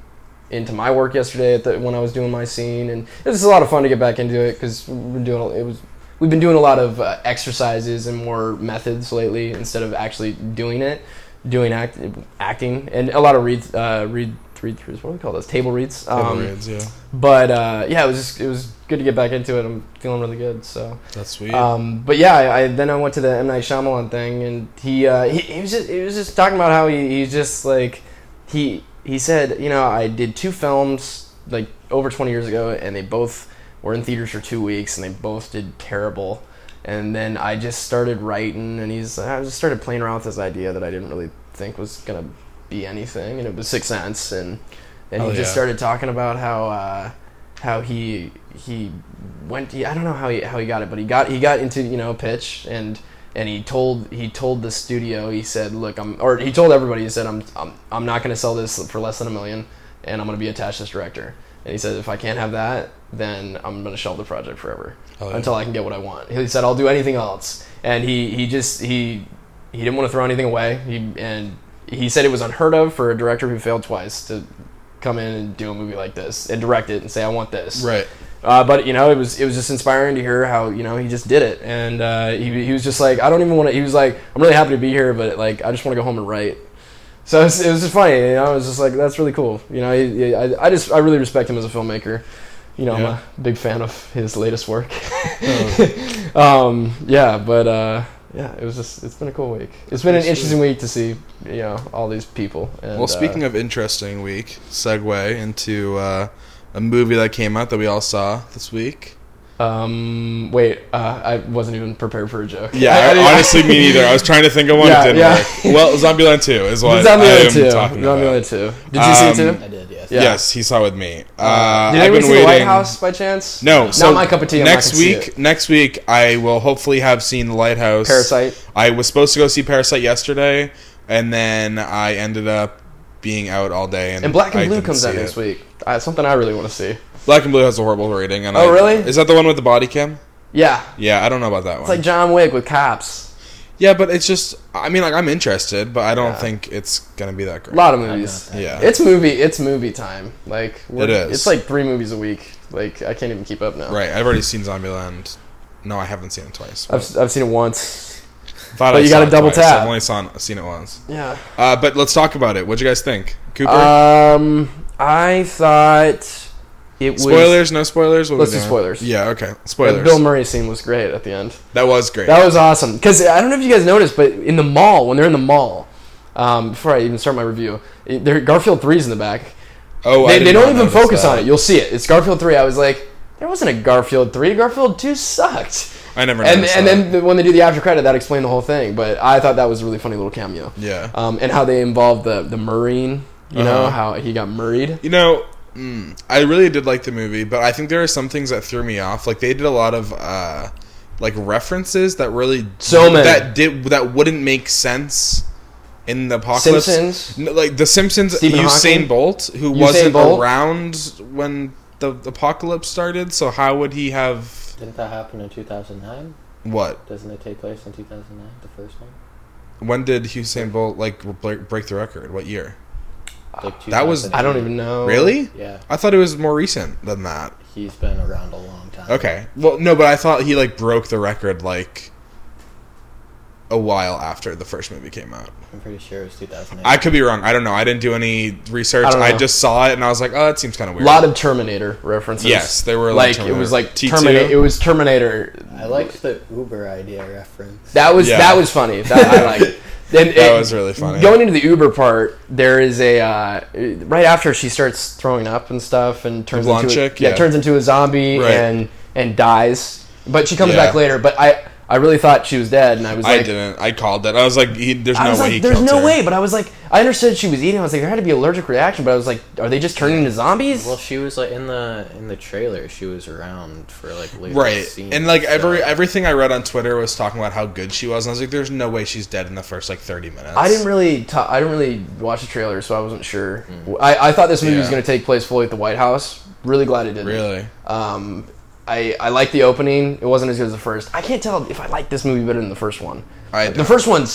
S2: into my work yesterday at the, when I was doing my scene, and it was a lot of fun to get back into it because we've been doing it was we've been doing a lot of uh, exercises and more methods lately instead of actually doing it, doing act, acting and a lot of read uh, read read throughs. What do we call those? Table reads.
S3: Table
S2: Um,
S3: reads, yeah.
S2: But uh, yeah, it was just, it was good to get back into it. I'm feeling really good. So,
S3: That's sweet.
S2: um, but yeah, I, I then I went to the M Night Shyamalan thing, and he uh, he, he was just he was just talking about how he, he's just like he he said you know I did two films like over 20 years ago, and they both were in theaters for two weeks, and they both did terrible. And then I just started writing, and he's I just started playing around with this idea that I didn't really think was gonna be anything, and it was Sixth Sense, and and
S3: Oh,
S2: he just
S3: yeah.
S2: started talking about how uh, how he he went. He, I don't know how he how he got it, but he got he got into you know pitch and and he told he told the studio he said look I'm or he told everybody he said I'm I'm, I'm not gonna sell this for less than a million and I'm gonna be attached as director and he said if I can't have that then I'm gonna shelve the project forever
S3: Oh, yeah.
S2: until I can get what I want. He said I'll do anything else and he he just he he didn't want to throw anything away. He and he said it was unheard of for a director who failed twice to come in and do a movie like this and direct it and say I want this.
S3: right.
S2: Uh, but you know, it was it was just inspiring to hear how you know he just did it, and uh, he he was just like I don't even want to. He was like I'm really happy to be here, but like I just want to go home and write. So it was, it was just funny. You know, I was just like that's really cool. You know, he, he- I I just I really respect him as a filmmaker. You know,
S3: Yeah.
S2: I'm a big fan of his latest work.
S3: Oh.
S2: um, yeah, but uh, yeah, it was just it's been a cool week. It's been an
S3: Absolutely.
S2: interesting week to see you know all these people. And, uh,
S3: well, speaking of interesting week, segue into uh, a movie that came out that we all saw this week.
S2: um, wait, uh, I wasn't even prepared for a joke.
S3: Yeah,
S2: I- I didn't-
S3: honestly, me neither. I was trying to think of one.
S2: Yeah,
S3: it didn't
S2: yeah.
S3: work. Well, Zombieland 2 is what I
S2: Zombieland
S3: am
S2: two.
S3: talking about.
S2: Zombieland two. Did you see it
S3: Um,
S2: too?
S4: I did, yes.
S2: Yeah.
S3: Yes, he saw with me. Uh,
S2: Did
S3: I've
S2: anybody
S3: been
S2: see
S3: waiting.
S2: the White House by chance?
S3: No, so
S2: not my cup of tea. I'm not
S3: Next
S2: gonna see
S3: week,
S2: it.
S3: next week, I will hopefully have seen the Lighthouse.
S2: Parasite.
S3: I was supposed to go see Parasite yesterday, and then I ended up being out all day. And,
S2: and Black
S3: I
S2: and Blue
S3: didn't
S2: comes out
S3: see
S2: next
S3: it.
S2: week. Uh, something I really want to see.
S3: Black and Blue has a horrible rating. And
S2: Oh,
S3: I-
S2: really?
S3: Is that the one with the body cam?
S2: Yeah,
S3: Yeah, I don't know about that
S2: it's
S3: one.
S2: like John Wick with cops.
S3: yeah, but it's just. I mean, like I'm interested, but I don't
S2: Yeah.
S3: think it's gonna be that great.
S2: A lot of movies.
S3: yeah,
S2: It's movie. It's movie time. Like we're-
S3: It is.
S2: It's like three movies a week. Like I can't even keep up now.
S3: right. I've already seen Zombieland. No, I haven't seen it twice.
S2: I've,
S3: but
S2: s- I've seen it once.
S3: thought
S2: but
S3: I
S2: you
S3: saw
S2: gotta
S3: it
S2: double
S3: twice.
S2: tap.
S3: I've only saw, seen it once.
S2: Yeah.
S3: Uh, but let's talk about it. What'd you guys think, Cooper?
S2: Um, I thought it was.
S3: Spoilers, no spoilers. What are
S2: Let's
S3: we
S2: do
S3: doing?
S2: spoilers.
S3: Yeah, okay.
S2: The
S3: Spoilers.
S2: Bill Murray scene was great at the end.
S3: that was great.
S2: That was awesome. Because I don't know if you guys noticed, but in the mall, when they're in the mall, um, before I even start my review, it- there Garfield 3's in the back.
S3: oh, I
S2: They,
S3: did
S2: they
S3: not
S2: don't even
S3: notice
S2: focus
S3: that.
S2: on it. You'll see it. It's Garfield 3. I was like, there wasn't a Garfield 3. Garfield 2 sucked.
S3: I never.
S2: And,
S3: noticed
S2: and
S3: that.
S2: then the- when they do the after credit, that explained the whole thing. But I thought that was a really funny little cameo.
S3: yeah,
S2: Um, and how they involved the, the Marine, you know,
S3: Uh-huh.
S2: how he got murried.
S3: you know, mm, I really did like the movie, but I think there are some things that threw me off. Like they did a lot of uh, like references that really
S2: So many.
S3: that did that wouldn't make sense in the apocalypse.
S2: Simpsons.
S3: No, like the Simpsons,
S2: Stephen
S3: Usain
S2: Hawking?
S3: Bolt, who
S2: Usain
S3: wasn't
S2: Bolt?
S3: around when the apocalypse started. So how would he have
S4: Didn't that happen in 2009?
S3: what?
S4: Doesn't it take place in 2009, the first one?
S3: When did Usain Bolt like break break the record? What year?
S4: Like
S3: Uh, That was-
S2: I don't even know.
S3: Really?
S4: Yeah,
S3: I thought it was more recent than that.
S4: he's been around a long time.
S3: Okay. Well, no, but I thought he like broke the record like a while after the first movie came out.
S4: I'm pretty sure it was 2008.
S3: I could be wrong. I don't know. I didn't do any research.
S2: I don't
S3: I,
S2: know.
S3: just saw it and I was like, oh, that seems kind of
S2: A
S3: weird.
S2: lot of Terminator references.
S3: yes, there were
S2: Like,
S3: like,
S2: it was like
S3: Terminator-
S2: Terminator. It was Terminator.
S4: I liked the Uber idea reference.
S2: That was
S3: Yeah.
S2: that was funny. That I liked. And,
S3: That
S2: and
S3: was really funny.
S2: Going into the Uber part, there is a uh, right after she starts throwing up and stuff, and turns
S3: blonde
S2: into a,
S3: chick?
S2: yeah,
S3: Yeah.
S2: turns into a zombie
S3: Right.
S2: and and dies. But she comes
S3: Yeah.
S2: back later. But I I really thought she was dead, and I was
S3: I
S2: like.
S3: didn't. I called it. I was like, he, there's
S2: I
S3: no
S2: was
S3: way
S2: like,
S3: he
S2: there's
S3: killed
S2: no
S3: her.
S2: way, but I was like, I understood she was eating. I was like, there had to be allergic reaction, but I was like, are they just turning into zombies?
S4: Well, she was like in the in the trailer. She was around for like later
S3: Right.
S4: scenes,
S3: And like
S4: so-
S3: every everything I read on Twitter was talking about how good she was and I was like, there's no way she's dead in the first like 30 minutes.
S2: I didn't really, ta- I didn't really watch the trailer, so I wasn't sure. I, I thought this movie was
S3: Hmm. Yeah.
S2: going to take place fully at the White House. Really glad it didn't.
S3: really.
S2: Um, I I like the opening. It wasn't as good as the first. I can't tell if I like this movie better than the first one.
S3: I
S2: the
S3: don't.
S2: first one's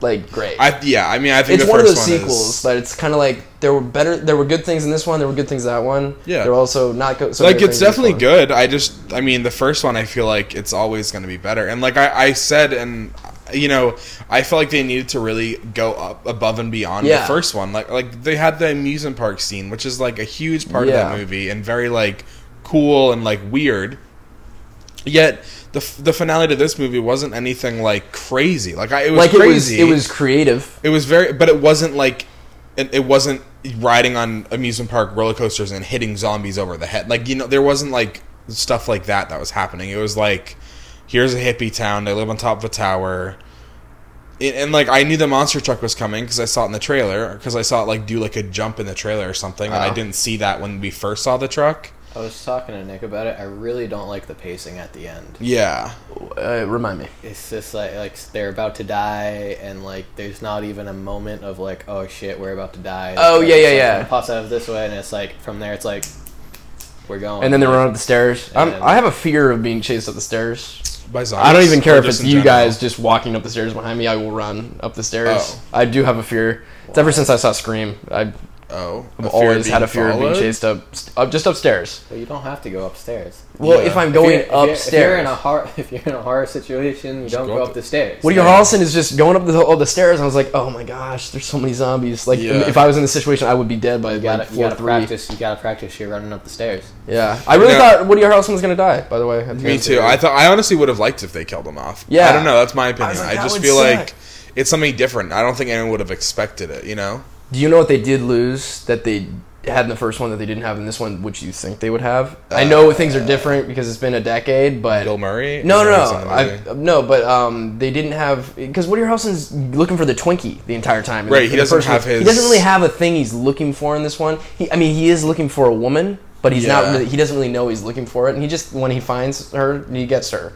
S2: like great.
S3: I yeah, I mean, I think
S2: it's
S3: the
S2: one of
S3: first
S2: those
S3: one
S2: sequels
S3: is
S2: that it's kind of like there were better, there were good things in this one, there were good things in that one.
S3: Yeah.
S2: there were also not good. So many
S3: like
S2: things
S3: it's
S2: in this
S3: definitely
S2: one.
S3: good i just i mean the first one i feel like it's always going to be better and like i, I said and you know, I felt like they needed to really go up above and beyond
S2: Yeah.
S3: the first one. Like like they had the amusement park scene, which is like a huge part of
S2: Yeah.
S3: that movie and very like cool and like weird. Yet the f- the finale to this movie wasn't anything like crazy. Like I it was
S2: like
S3: crazy.
S2: it was it was creative.
S3: It was very, but it wasn't like it, it wasn't riding on amusement park roller coasters and hitting zombies over the head. Like you know, there wasn't like stuff like that that was happening. It was like here's a hippie town. They live on top of a tower. And- and like I knew the monster truck was coming because I saw it in the trailer because I saw it like do like a jump in the trailer or something, and I
S4: Oh.
S3: didn't see that when we first saw the truck.
S4: I was talking to Nick about it. I really don't like the pacing at the end.
S3: Yeah,
S2: Uh, remind me.
S4: It's just like like they're about to die, and like there's not even a moment of like, oh shit, we're about to die.
S2: Oh,
S4: Like,
S2: yeah, yeah,
S4: it's like,
S2: yeah.
S4: it Pops out of this way, and it's like from there, it's like we're going.
S2: And then they run up the stairs. I'm,
S4: And-
S2: I have a fear of being chased up the stairs.
S3: by zombies.
S2: I don't even care
S3: or
S2: if
S3: just
S2: it's
S3: in
S2: you
S3: general.
S2: guys just walking up the stairs behind me. I will run up the stairs.
S3: Oh.
S2: I do have a fear. It's ever since I saw Scream. I've
S3: Oh, a fear of
S2: always
S3: being
S2: had a fear of
S3: followed?
S2: being chased up, up just upstairs.
S4: But you don't have to go upstairs.
S2: Well,
S3: Yeah.
S2: if I'm
S4: If
S2: going
S4: you're- if you're-
S2: upstairs,
S4: If you're in a horror, if you're in a horror situation, you don't
S3: go
S4: go
S3: up
S4: up the stairs.
S2: Woody Harrelson is just going up the, oh, the stairs. and I was like, oh my gosh, there's so many zombies. Like,
S3: Yeah.
S2: if I was in this situation, I would be dead by
S4: You gotta,
S2: like
S4: you
S2: floor
S4: gotta
S2: three.
S4: practice. You gotta practice. You're running up the stairs.
S2: Yeah, I really
S3: No.
S2: thought Woody Harrelson was gonna die. By the way, at the
S3: Me
S2: end of the
S3: too.
S2: movie.
S3: I thought I honestly would have liked if they killed him off.
S2: Yeah.
S3: I don't know. That's my opinion.
S2: like,
S3: I,
S2: that
S3: just
S2: would
S3: feel
S2: suck.
S3: like it's something different. I don't think anyone would have expected it. You know?
S2: Do you know what they did lose that they had in the first one that they didn't have in this one, which you think they would have? I know things are different because it's been a decade, but
S3: Uh, Bill Murray.
S2: no, no,
S3: Is that
S2: no,
S3: his name?
S2: I, no. But um, they didn't have because Woody Harrelson's looking for the Twinkie the entire time. in
S3: Right,
S2: the-
S3: he
S2: in the
S3: doesn't
S2: first
S3: have
S2: one. He
S3: his-
S2: doesn't really have a thing he's looking for in this one. He, I mean, he is looking for a woman, but he's not.
S3: Yeah.
S2: Really, he doesn't really know he's looking for it, and he just when he finds her, he gets her.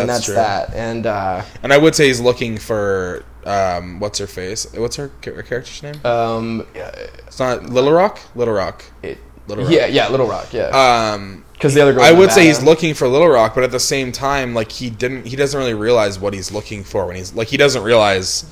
S2: and that's
S3: that's true.
S2: that. And uh,
S3: and I would say he's looking for um, what's her face? What's her, cha- her character's name?
S2: um,
S3: it's not Little Rock. Little Rock.
S2: it,
S3: Little Rock.
S2: yeah, yeah, Little Rock, yeah.
S3: Um,
S2: Because the other girl,
S3: I would say he's
S2: Nevada.
S3: looking for Little Rock, but at the same time, like he didn't, he doesn't really realize what he's looking for when he's like he doesn't realize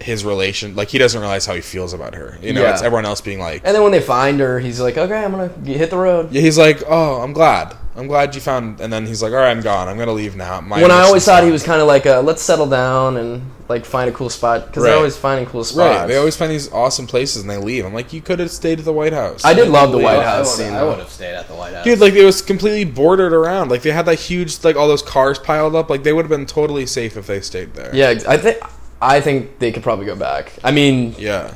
S3: his relation, like he doesn't realize how he feels about her. You know,
S2: Yeah.
S3: it's everyone else being like,
S2: And then when they find her, he's like, okay, I'm gonna get, hit the road.
S3: Yeah, he's like, "Oh, I'm glad. I'm glad you found." And then he's like, "All right, I'm gone. I'm gonna leave now." My
S2: When I always
S3: mission's
S2: thought he
S3: done."
S2: was kind of like, uh, let's settle down and like find a cool spot because
S3: Right.
S2: they're always finding cool spots.
S3: right. They always find these awesome places and they leave. I'm like, you could have stayed at the White House.
S2: I did love the
S4: I
S2: White
S4: would-
S2: House
S4: I
S2: scene.
S4: would- I
S2: though.
S4: would have stayed at the White House.
S3: Dude, like it was completely bordered around. Like they had that huge, like all those cars piled up. Like they would have been totally safe if they stayed there.
S2: Yeah, ex- I think I think they could probably go back. I mean,
S3: Yeah.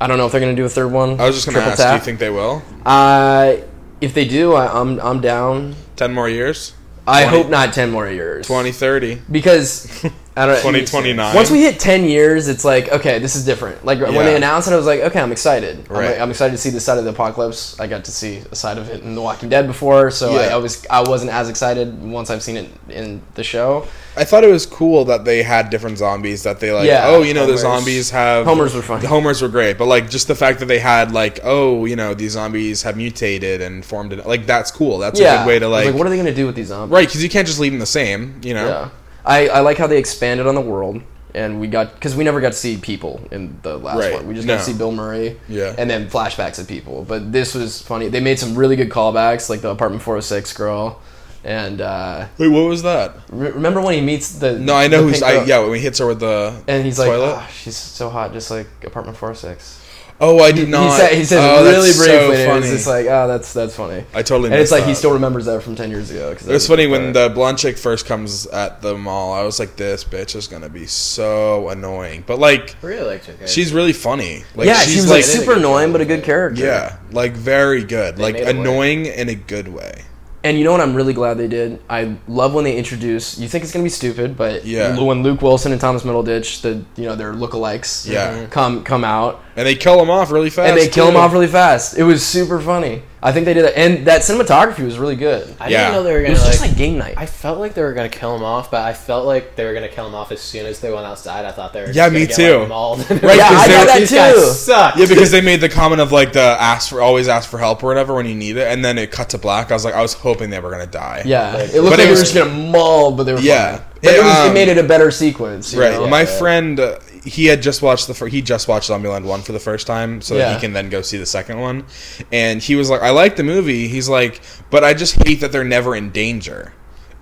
S2: I don't know if they're gonna do a third one.
S3: I was just gonna
S2: Triple
S3: ask.
S2: tap.
S3: Do you think they will?
S2: Uh, if they do, I, I'm I'm down.
S3: Ten more years?
S2: I
S3: 20
S2: hope not ten more years.
S3: 20, 30,
S2: because I don't.
S3: 20, 29.
S2: Once we hit 10 years, it's like, okay, this is different. Like
S3: Yeah.
S2: when they announced it, I was like, okay, I'm excited. I'm,
S3: Right.
S2: like, I'm excited to see this side of the apocalypse. I got to see a side of it in The Walking Dead before, so I,
S3: Yeah.
S2: I was I wasn't as excited once I've seen it in the show.
S3: I thought it was cool that they had different zombies. That they like,
S2: Yeah,
S3: oh, you know,
S4: Homers.
S3: the zombies have
S2: Homers were funny.
S3: The homers were great, but like just the fact that they had like, oh, you know, these zombies have mutated and formed it. Like that's cool. That's a
S2: yeah,
S3: good way to
S2: I was
S3: like,
S2: what are they gonna do with these zombies?
S3: right? Because you can't just leave them the same. You know,
S2: Yeah, I, I like how they expanded on the world, and we got because we never got to see people in the last
S3: Right,
S2: one. We just
S3: no.
S2: got to see Bill Murray,
S3: Yeah.
S2: and then flashbacks of people. But this was funny. They made some really good callbacks, like the apartment 406 girl, and uh,
S3: Wait, what was that?
S2: re- remember when he meets the
S3: No, I know
S2: the
S3: who's.
S2: pink
S3: I,
S2: girl?
S3: yeah, when he hits her with the
S2: and he's like,
S3: toilet.
S2: "Ah, she's so hot, just like apartment 406.
S3: oh, I did not.
S2: he said he said
S3: oh, that's
S2: really
S3: so
S2: briefly. and it was
S3: funny.
S2: just like, oh, that's that's funny.
S3: I totally.
S2: and it's
S3: missed
S2: like he
S3: that.
S2: still remembers that from ten years ago. 'cause
S3: It
S2: that
S3: was funny when the blonde chick first comes at the mall. I was like, "This bitch is gonna be so annoying," but like,
S4: really liked her. character.
S3: she's really funny. Like,
S2: yeah, she
S3: she's
S2: was like
S4: like-
S2: super annoying, but a good character.
S3: Yeah, like very good. like
S4: made it work.
S3: annoying in a good way.
S2: And you know what I'm really glad they did? I love when they introduce. You think it's gonna be stupid, but
S3: Yeah.
S2: when Luke Wilson and Thomas Middleditch, the you know their lookalikes,
S3: Yeah.
S2: come come out
S3: And they kill him off really fast.
S2: and they kill
S3: too.
S2: them off really fast. It was super funny. I think they did that, and that cinematography was really good.
S4: I
S3: Yeah.
S4: didn't know they were
S2: It
S4: gonna
S2: was
S4: like,
S2: just like game night.
S4: I felt like they were gonna kill him off, but I felt like they were gonna kill him off as soon as they went outside. I thought they were. just
S3: Yeah,
S4: gonna
S3: me
S4: get,
S3: too.
S4: Like, mauled.
S3: Right,
S2: yeah,
S3: because
S2: I
S3: they're-
S2: got that
S4: These guys
S2: too.
S4: suck.
S3: Yeah, because they made the comment of like the ask for always ask for help or whatever when you need it, and then it cut to black. I was like, I was hoping they were gonna die.
S2: Yeah,
S4: Like-
S2: it looked
S3: But
S2: like
S3: it
S2: they were
S3: was-
S2: just gonna maul, but they were
S3: Yeah.
S2: fine. But it,
S3: It,
S2: was,
S3: um,
S2: it made it a better sequence. you
S3: Right.
S2: know?
S3: My
S4: Yeah.
S3: friend, uh, he had just watched the fir- he just watched Zombieland one for the first time, so that
S2: Yeah.
S3: he can then go see the second one. And he was like, "I like the movie." He's like, "But I just hate that they're never in danger."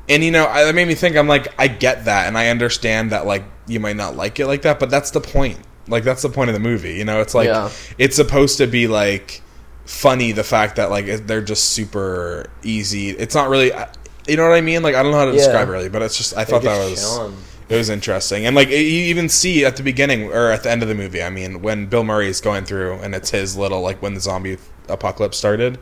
S3: And you know, I, that made me think. I'm like, I get that, and I understand that. Like, you might not like it like that, but that's the point. Like that's the point of the movie. You know, it's like
S2: Yeah.
S3: it's supposed to be like funny the fact that like it- they're just super easy. It's not really I- you know what I mean? Like I don't know how to
S2: Yeah.
S3: describe it really, but it's just I thought that was it was interesting. And like you even see at the beginning or at the end of the movie, I mean, when Bill Murray is going through and it's his little like when the zombie apocalypse started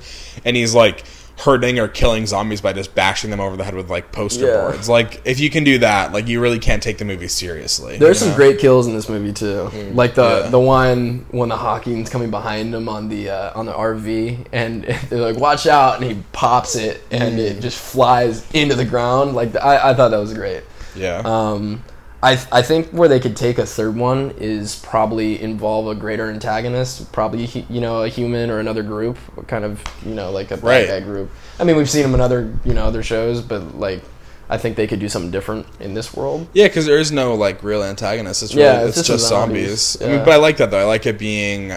S3: and he's like hurting or killing zombies by just bashing them over the head with like poster
S2: Yeah.
S3: boards. Like if you can do that, like you really can't take the movie seriously.
S2: There's
S3: you
S2: some
S3: know?
S2: great kills in this movie too. Like the
S3: Mm. Yeah.
S2: the one when the Hawkins coming behind him on the uh, on the RV and they're like watch out and he pops it and
S3: Mm.
S2: it just flies into the ground. Like I, I thought that was great.
S3: Yeah.
S2: Um, I I think where they could take a third one is probably involve a greater antagonist, probably hu- you know a human or another group, kind of you know like a bad
S3: Right.
S2: guy group. I mean we've seen them in other you know other shows, but like I think they could do something different in this world.
S3: Yeah, because there is no like real antagonist. It's really
S2: Yeah,
S3: it's, just, zombies. I
S2: Yeah.
S3: mean, but I like that though. I like it being,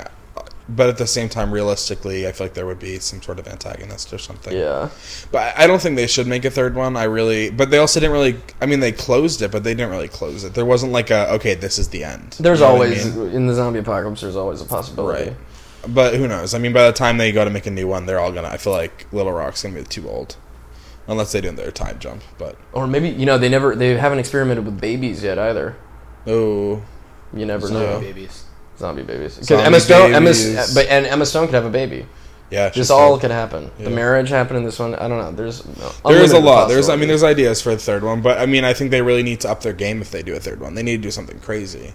S3: but at the same time, realistically, I feel like there would be some sort of antagonist or something.
S2: Yeah.
S3: But I I don't think they should make a third one. I really, but they also didn't really. I mean, they closed it, but they didn't really close it. There wasn't like a okay, this is the end.
S2: There's
S3: You know what I
S2: always
S3: mean?
S2: in the zombie apocalypse. There's always a possibility.
S3: right. But who knows? I mean, by the time they go to make a new one, they're all gonna. I feel like Little Rock's gonna be too old, unless they do their time jump. But
S2: Or maybe you know they never they haven't experimented with babies yet either.
S3: oh,
S2: You never
S4: Zombie
S2: know
S3: No.
S4: babies.
S2: zombie babies. 'Cause
S3: Zombie
S2: Emma Stone, Emma,
S3: babies.
S2: but and Emma Stone could have a baby.
S3: yeah,
S2: Just
S3: she's
S2: all
S3: old.
S2: could happen. The
S3: Yeah.
S2: marriage happened in this one. I don't know. There's
S3: There is a lot. There's, I mean, there's ideas for the third one, but I mean, I think they really need to up their game if they do a third one. They need to do something crazy.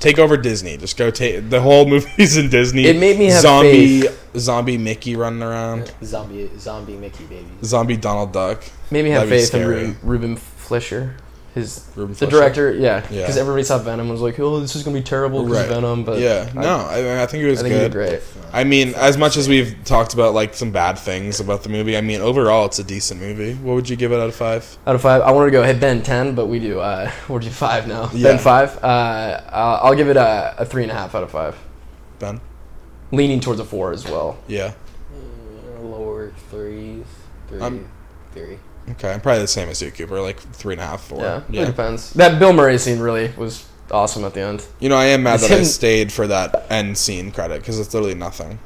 S3: Take over Disney. Just go take the whole movies in Disney.
S2: It made me have
S3: zombie, zombie Mickey running around,
S4: Zombie, zombie Mickey babies.
S3: zombie Donald Duck.
S2: maybe have
S3: that'd be
S2: faith in
S3: scary.
S2: Ruben, Ruben Fleischer, his
S3: Ruben
S2: the
S3: Fleischer?
S2: director. Yeah,
S3: Yeah.
S2: because everybody saw Venom and was like, oh, this is gonna be terrible because
S3: Right.
S2: Venom. But
S3: yeah,
S2: I,
S3: no, I, I think it
S2: I
S3: was
S2: think he did
S3: good.
S2: great.
S3: I mean, as much as we've talked about like some bad things about the movie, I mean, overall, it's a decent movie. What would you give it out of five?
S2: Out of five, I wanted to go. Hey Ben, ten, but we do. Uh, we're do five now.
S3: Yeah.
S2: Ben five. Uh, uh, I'll give it a, a three and a half out of five.
S3: Ben?
S2: Leaning towards a four as well.
S3: Yeah.
S4: Mm, Lower threes. Three.
S3: I'm-
S4: three.
S3: Okay, I'm probably the same as you, Cooper. Like three and a half, four.
S2: Yeah, it depends. That Bill Murray scene really was awesome at the end.
S3: You know, I am mad
S2: It's
S3: that I
S2: him-
S3: stayed for that end scene credit because it's literally nothing.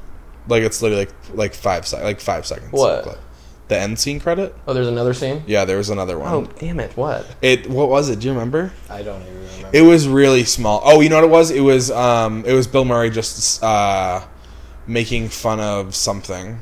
S3: Like it's literally like like five sec like five seconds.
S2: What?
S3: Like, The end scene credit?
S2: Oh, there's another scene.
S3: Yeah, there was another one.
S2: Oh damn it! What?
S3: It what was it? Do you remember?
S4: I don't even remember.
S3: It was really small. Oh, you know what it was? It was um it was Bill Murray just uh making fun of something.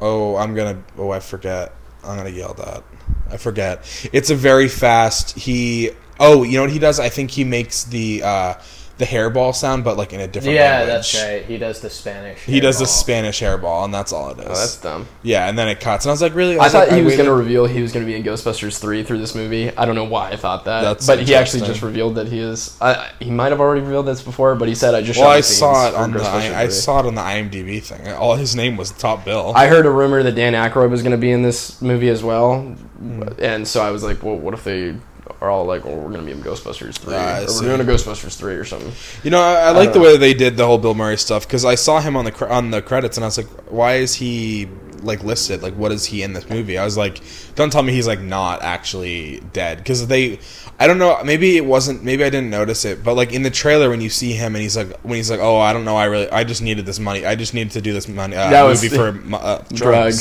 S3: Oh, I'm gonna oh I forget. I'm gonna yell that. I forget. It's a very fast he oh, you know what he does? I think he makes the uh the hairball sound, but like in a different
S4: yeah,
S3: language.
S4: that's right. He does the Spanish.
S3: He does the
S4: hairball.
S3: Spanish hairball, and that's all it is.
S2: Oh, that's dumb.
S3: yeah, and then it cuts, and I was like, really?
S2: I thought
S3: like,
S2: he was
S3: waited-
S2: going to reveal he was going to be in Ghostbusters 3 through this movie. I don't know why I thought that.
S3: That's
S2: but he actually
S3: interesting.
S2: just revealed that he is. I, he might have already revealed this before, but he said, I just
S3: Well,
S2: shot
S3: I
S2: the scenes
S3: saw it
S2: for
S3: on the
S2: Ghostbusters
S3: I, I
S2: 3."
S3: saw it on the IMDb thing. All his name was Top Bill.
S2: I heard a rumor that Dan Aykroyd was going to be in this movie as well.
S3: Hmm.
S2: And so I was like, well, what if they are all like, well, we're going to be in Ghostbusters 3.
S3: Ah, I
S2: or
S3: see.
S2: we're doing a Ghostbusters 3 or something.
S3: you know, I, I like the
S2: don't
S3: way they did the whole Bill Murray stuff because I saw him on the cr- on the credits, and I was like, why is he like listed? Like, what is he in this movie? I was like, don't tell me he's like not actually dead because they, I don't know. Maybe it wasn't. Maybe I didn't notice it, but like in the trailer when you see him and he's like when he's like, oh, I don't know. I really, I just needed this money. I just needed to do this money uh,
S2: That was-
S3: movie for mo- uh, drugs.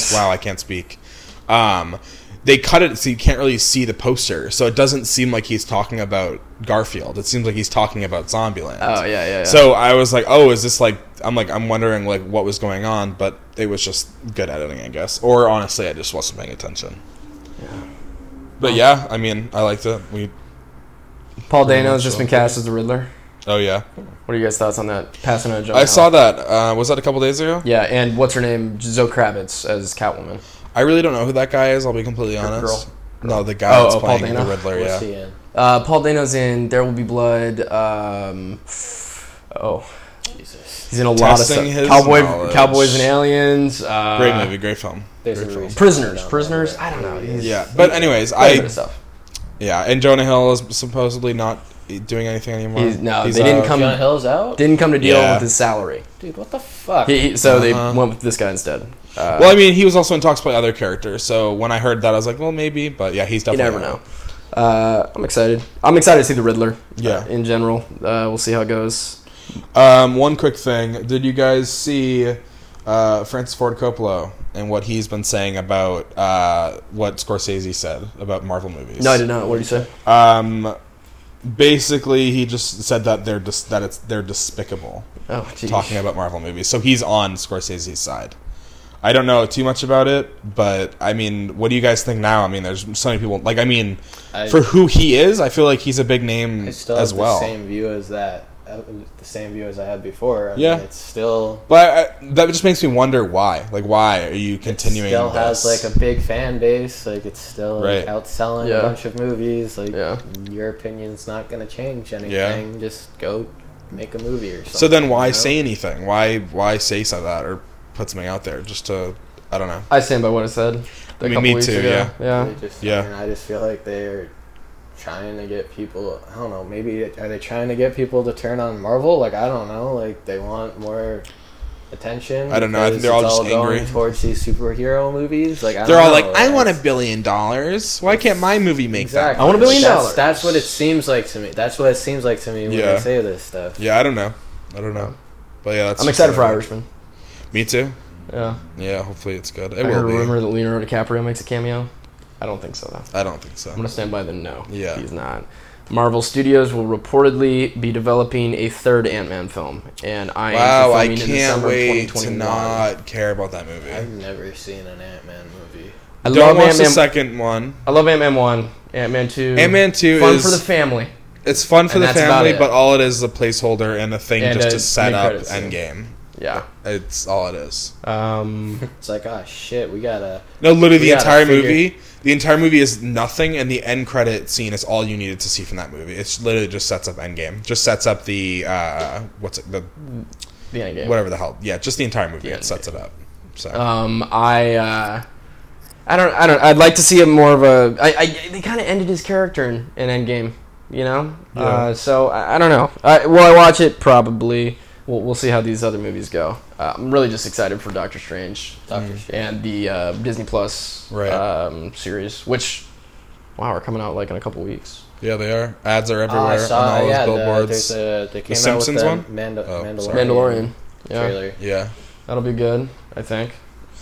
S2: Drugs.
S3: Wow, I can't speak. Um, they cut it so you can't really see the poster, so it doesn't seem like he's talking about Garfield. It seems like he's talking about Zombieland.
S2: Oh, yeah, yeah, yeah.
S3: So I was like, oh, is this like? I'm like, I'm wondering like what was going on, but it was just good editing, I guess. Or honestly, I just wasn't paying attention. But yeah, I mean, I liked it. We,
S2: Paul Dano has
S3: much
S2: just
S3: so.
S2: been cast as the Riddler.
S3: oh yeah,
S2: What are you guys' thoughts on that? Passing on a
S3: I saw that. Uh, was that a couple days ago?
S2: Yeah, and what's her name? Zoe Kravitz as Catwoman.
S3: I really don't know who that guy is. I'll be completely honest.
S2: girl.
S3: No, the guy
S2: Oh,
S3: that's
S2: oh, Paul
S3: playing
S2: Dano?
S3: the Riddler.
S4: What's
S3: Yeah,
S4: he in?
S2: Uh, Paul Dano's in There Will Be Blood. Um, oh,
S4: Jesus.
S2: he's in a lot of
S3: Testing
S2: stuff.
S3: his
S2: Cowboy,
S3: knowledge.
S2: Cowboys and Aliens. Uh,
S3: great movie, great film.
S4: There's a
S3: Great film.
S4: reason. I
S2: Prisoners,
S4: don't
S2: prisoners.
S4: know
S2: I don't know. He's
S3: Yeah, but anyways,
S2: quite a bit
S3: I
S2: of stuff.
S3: yeah, and Jonah Hill is supposedly not doing anything anymore. uh,
S2: He's- no, they didn't come-
S4: Jonah Hill's out?
S2: Didn't come to deal
S3: Yeah.
S2: with his salary.
S4: Dude, what the fuck?
S2: He, he- so
S3: Uh-huh.
S2: they went with this guy instead. Uh,
S3: Well, I mean, he was also in talks by other characters, so when I heard that, I was like, well, maybe, but yeah, he's
S2: you never
S3: definitely.
S2: know.
S3: out.
S2: Uh, I'm excited. I'm excited to see the Riddler. uh,
S3: Yeah.
S2: in general, uh, we'll see how it goes.
S3: Um, one quick thing: Did you guys see uh, Francis Ford Coppola and what he's been saying about uh, what Scorsese said about Marvel movies?
S2: No, I did not. What did you say?
S3: Um, basically, he just said that they're dis- that it's they're despicable
S2: Oh, geez.
S3: talking about Marvel movies. So he's on Scorsese's side. I don't know too much about it, but I mean, what do you guys think now? I mean, there's so many people. Like, I mean,
S4: I-
S3: for who he is, I feel like he's a big name
S4: I still
S3: Mm. as
S4: have
S3: well.
S4: the same view as that, uh, the same view as I had before. I
S3: Yeah.
S4: mean, it's still
S3: But I, that just makes me wonder why. Like, why are you continuing?
S4: still
S3: this?
S4: has like a big fan base. Like it's still
S3: Right.
S4: like, outselling
S2: Yeah.
S4: a bunch of movies. Like
S2: Yeah.
S4: your opinion's not gonna change anything. Just go make a movie or something.
S3: so then, why
S4: you know?
S3: say anything? Why why say some of that or put something out there just to? I don't know.
S2: I stand by what I said. a
S3: I mean,
S2: couple
S3: me
S2: weeks
S3: too,
S2: ago.
S3: yeah.
S2: Yeah.
S4: They just,
S3: Yeah.
S4: I, mean, I just feel like they're trying to get people. I don't know. Maybe are they trying to get people to turn on Marvel? Like I don't know. Like they want more attention.
S3: I don't know, I think
S4: because
S3: they're all
S4: it's
S3: just
S4: going
S3: angry.
S4: towards these superhero movies. Like I
S3: They're
S4: don't
S3: all
S4: know,
S3: like, I want a
S4: it's-
S3: billion dollars. Why can't my movie make
S4: Exactly.
S2: I want a billion
S4: That's-
S2: dollars.
S4: That's what it seems like to me. That's what it seems like to me when
S3: Yeah.
S4: they say this stuff.
S3: that? Yeah, I don't know. I don't know. But yeah, that's
S2: I'm
S3: just
S2: excited for
S3: what I-
S2: Irishman.
S3: Me too.
S2: Yeah.
S3: Yeah, hopefully it's good. It
S2: I
S3: will
S2: heard a
S3: be.
S2: rumor that Leonardo DiCaprio makes a cameo. I don't think so though.
S3: I don't think
S2: I'm gonna
S3: so.
S2: stand by the no.
S3: Yeah.
S2: he's not. Marvel Studios will reportedly be developing a third Ant-Man film, and I
S3: Wow,
S2: am
S3: I
S2: filming in
S3: can't
S2: December
S3: wait to
S2: 2021.
S3: not care about that movie.
S4: I've never seen an Ant Man movie.
S2: I
S3: don't
S2: love
S3: watch the
S2: Ant-Man.
S3: second one.
S2: I love Ant-Man one, Ant-Man two,
S3: Ant-Man 2
S2: fun
S3: is
S2: for the family.
S3: It's fun for
S2: And
S3: the
S2: that's about
S3: family,
S2: it.
S3: but all it is is a placeholder and a thing
S2: And
S3: just
S2: a
S3: to set up
S2: mid-credits scene.
S3: Endgame.
S2: Yeah.
S3: It's all it is.
S2: Um,
S4: It's like, oh shit, we gotta.
S3: No, literally
S4: We
S3: the
S4: gotta
S3: entire
S4: figure-
S3: movie. The entire movie is nothing, and the end credit scene is all you needed to see from that movie. It's literally just sets up Endgame. Just sets up the uh, what's it, the
S2: the Endgame.
S3: whatever the hell. Yeah, just the entire movie.
S2: The
S3: it sets it up. So
S2: Um, I, uh, I don't, I don't. I'd like to see him more of a. I, I they kind of ended his character in, in Endgame, you know. Uh, so I, I don't know. I, will I watch it? Probably. We'll, we'll see how these other movies go. Uh, I'm really just excited for Doctor Strange
S4: Doctor Strange.
S2: and the uh, Disney Plus
S3: Mm. Right.
S2: um, series, which wow, are coming out like in a couple weeks.
S3: yeah, they are ads are
S4: Oh, I
S3: everywhere
S4: saw-
S3: on all
S4: yeah,
S3: those
S4: the-
S3: billboards.
S4: there's a- they came out
S3: Simpsons
S4: with the
S3: one?
S4: Manda-
S3: Oh,
S4: Mandalorian,
S3: sorry.
S2: Mandalorian. Yeah,
S4: trailer.
S3: yeah.
S2: that'll be good. I think.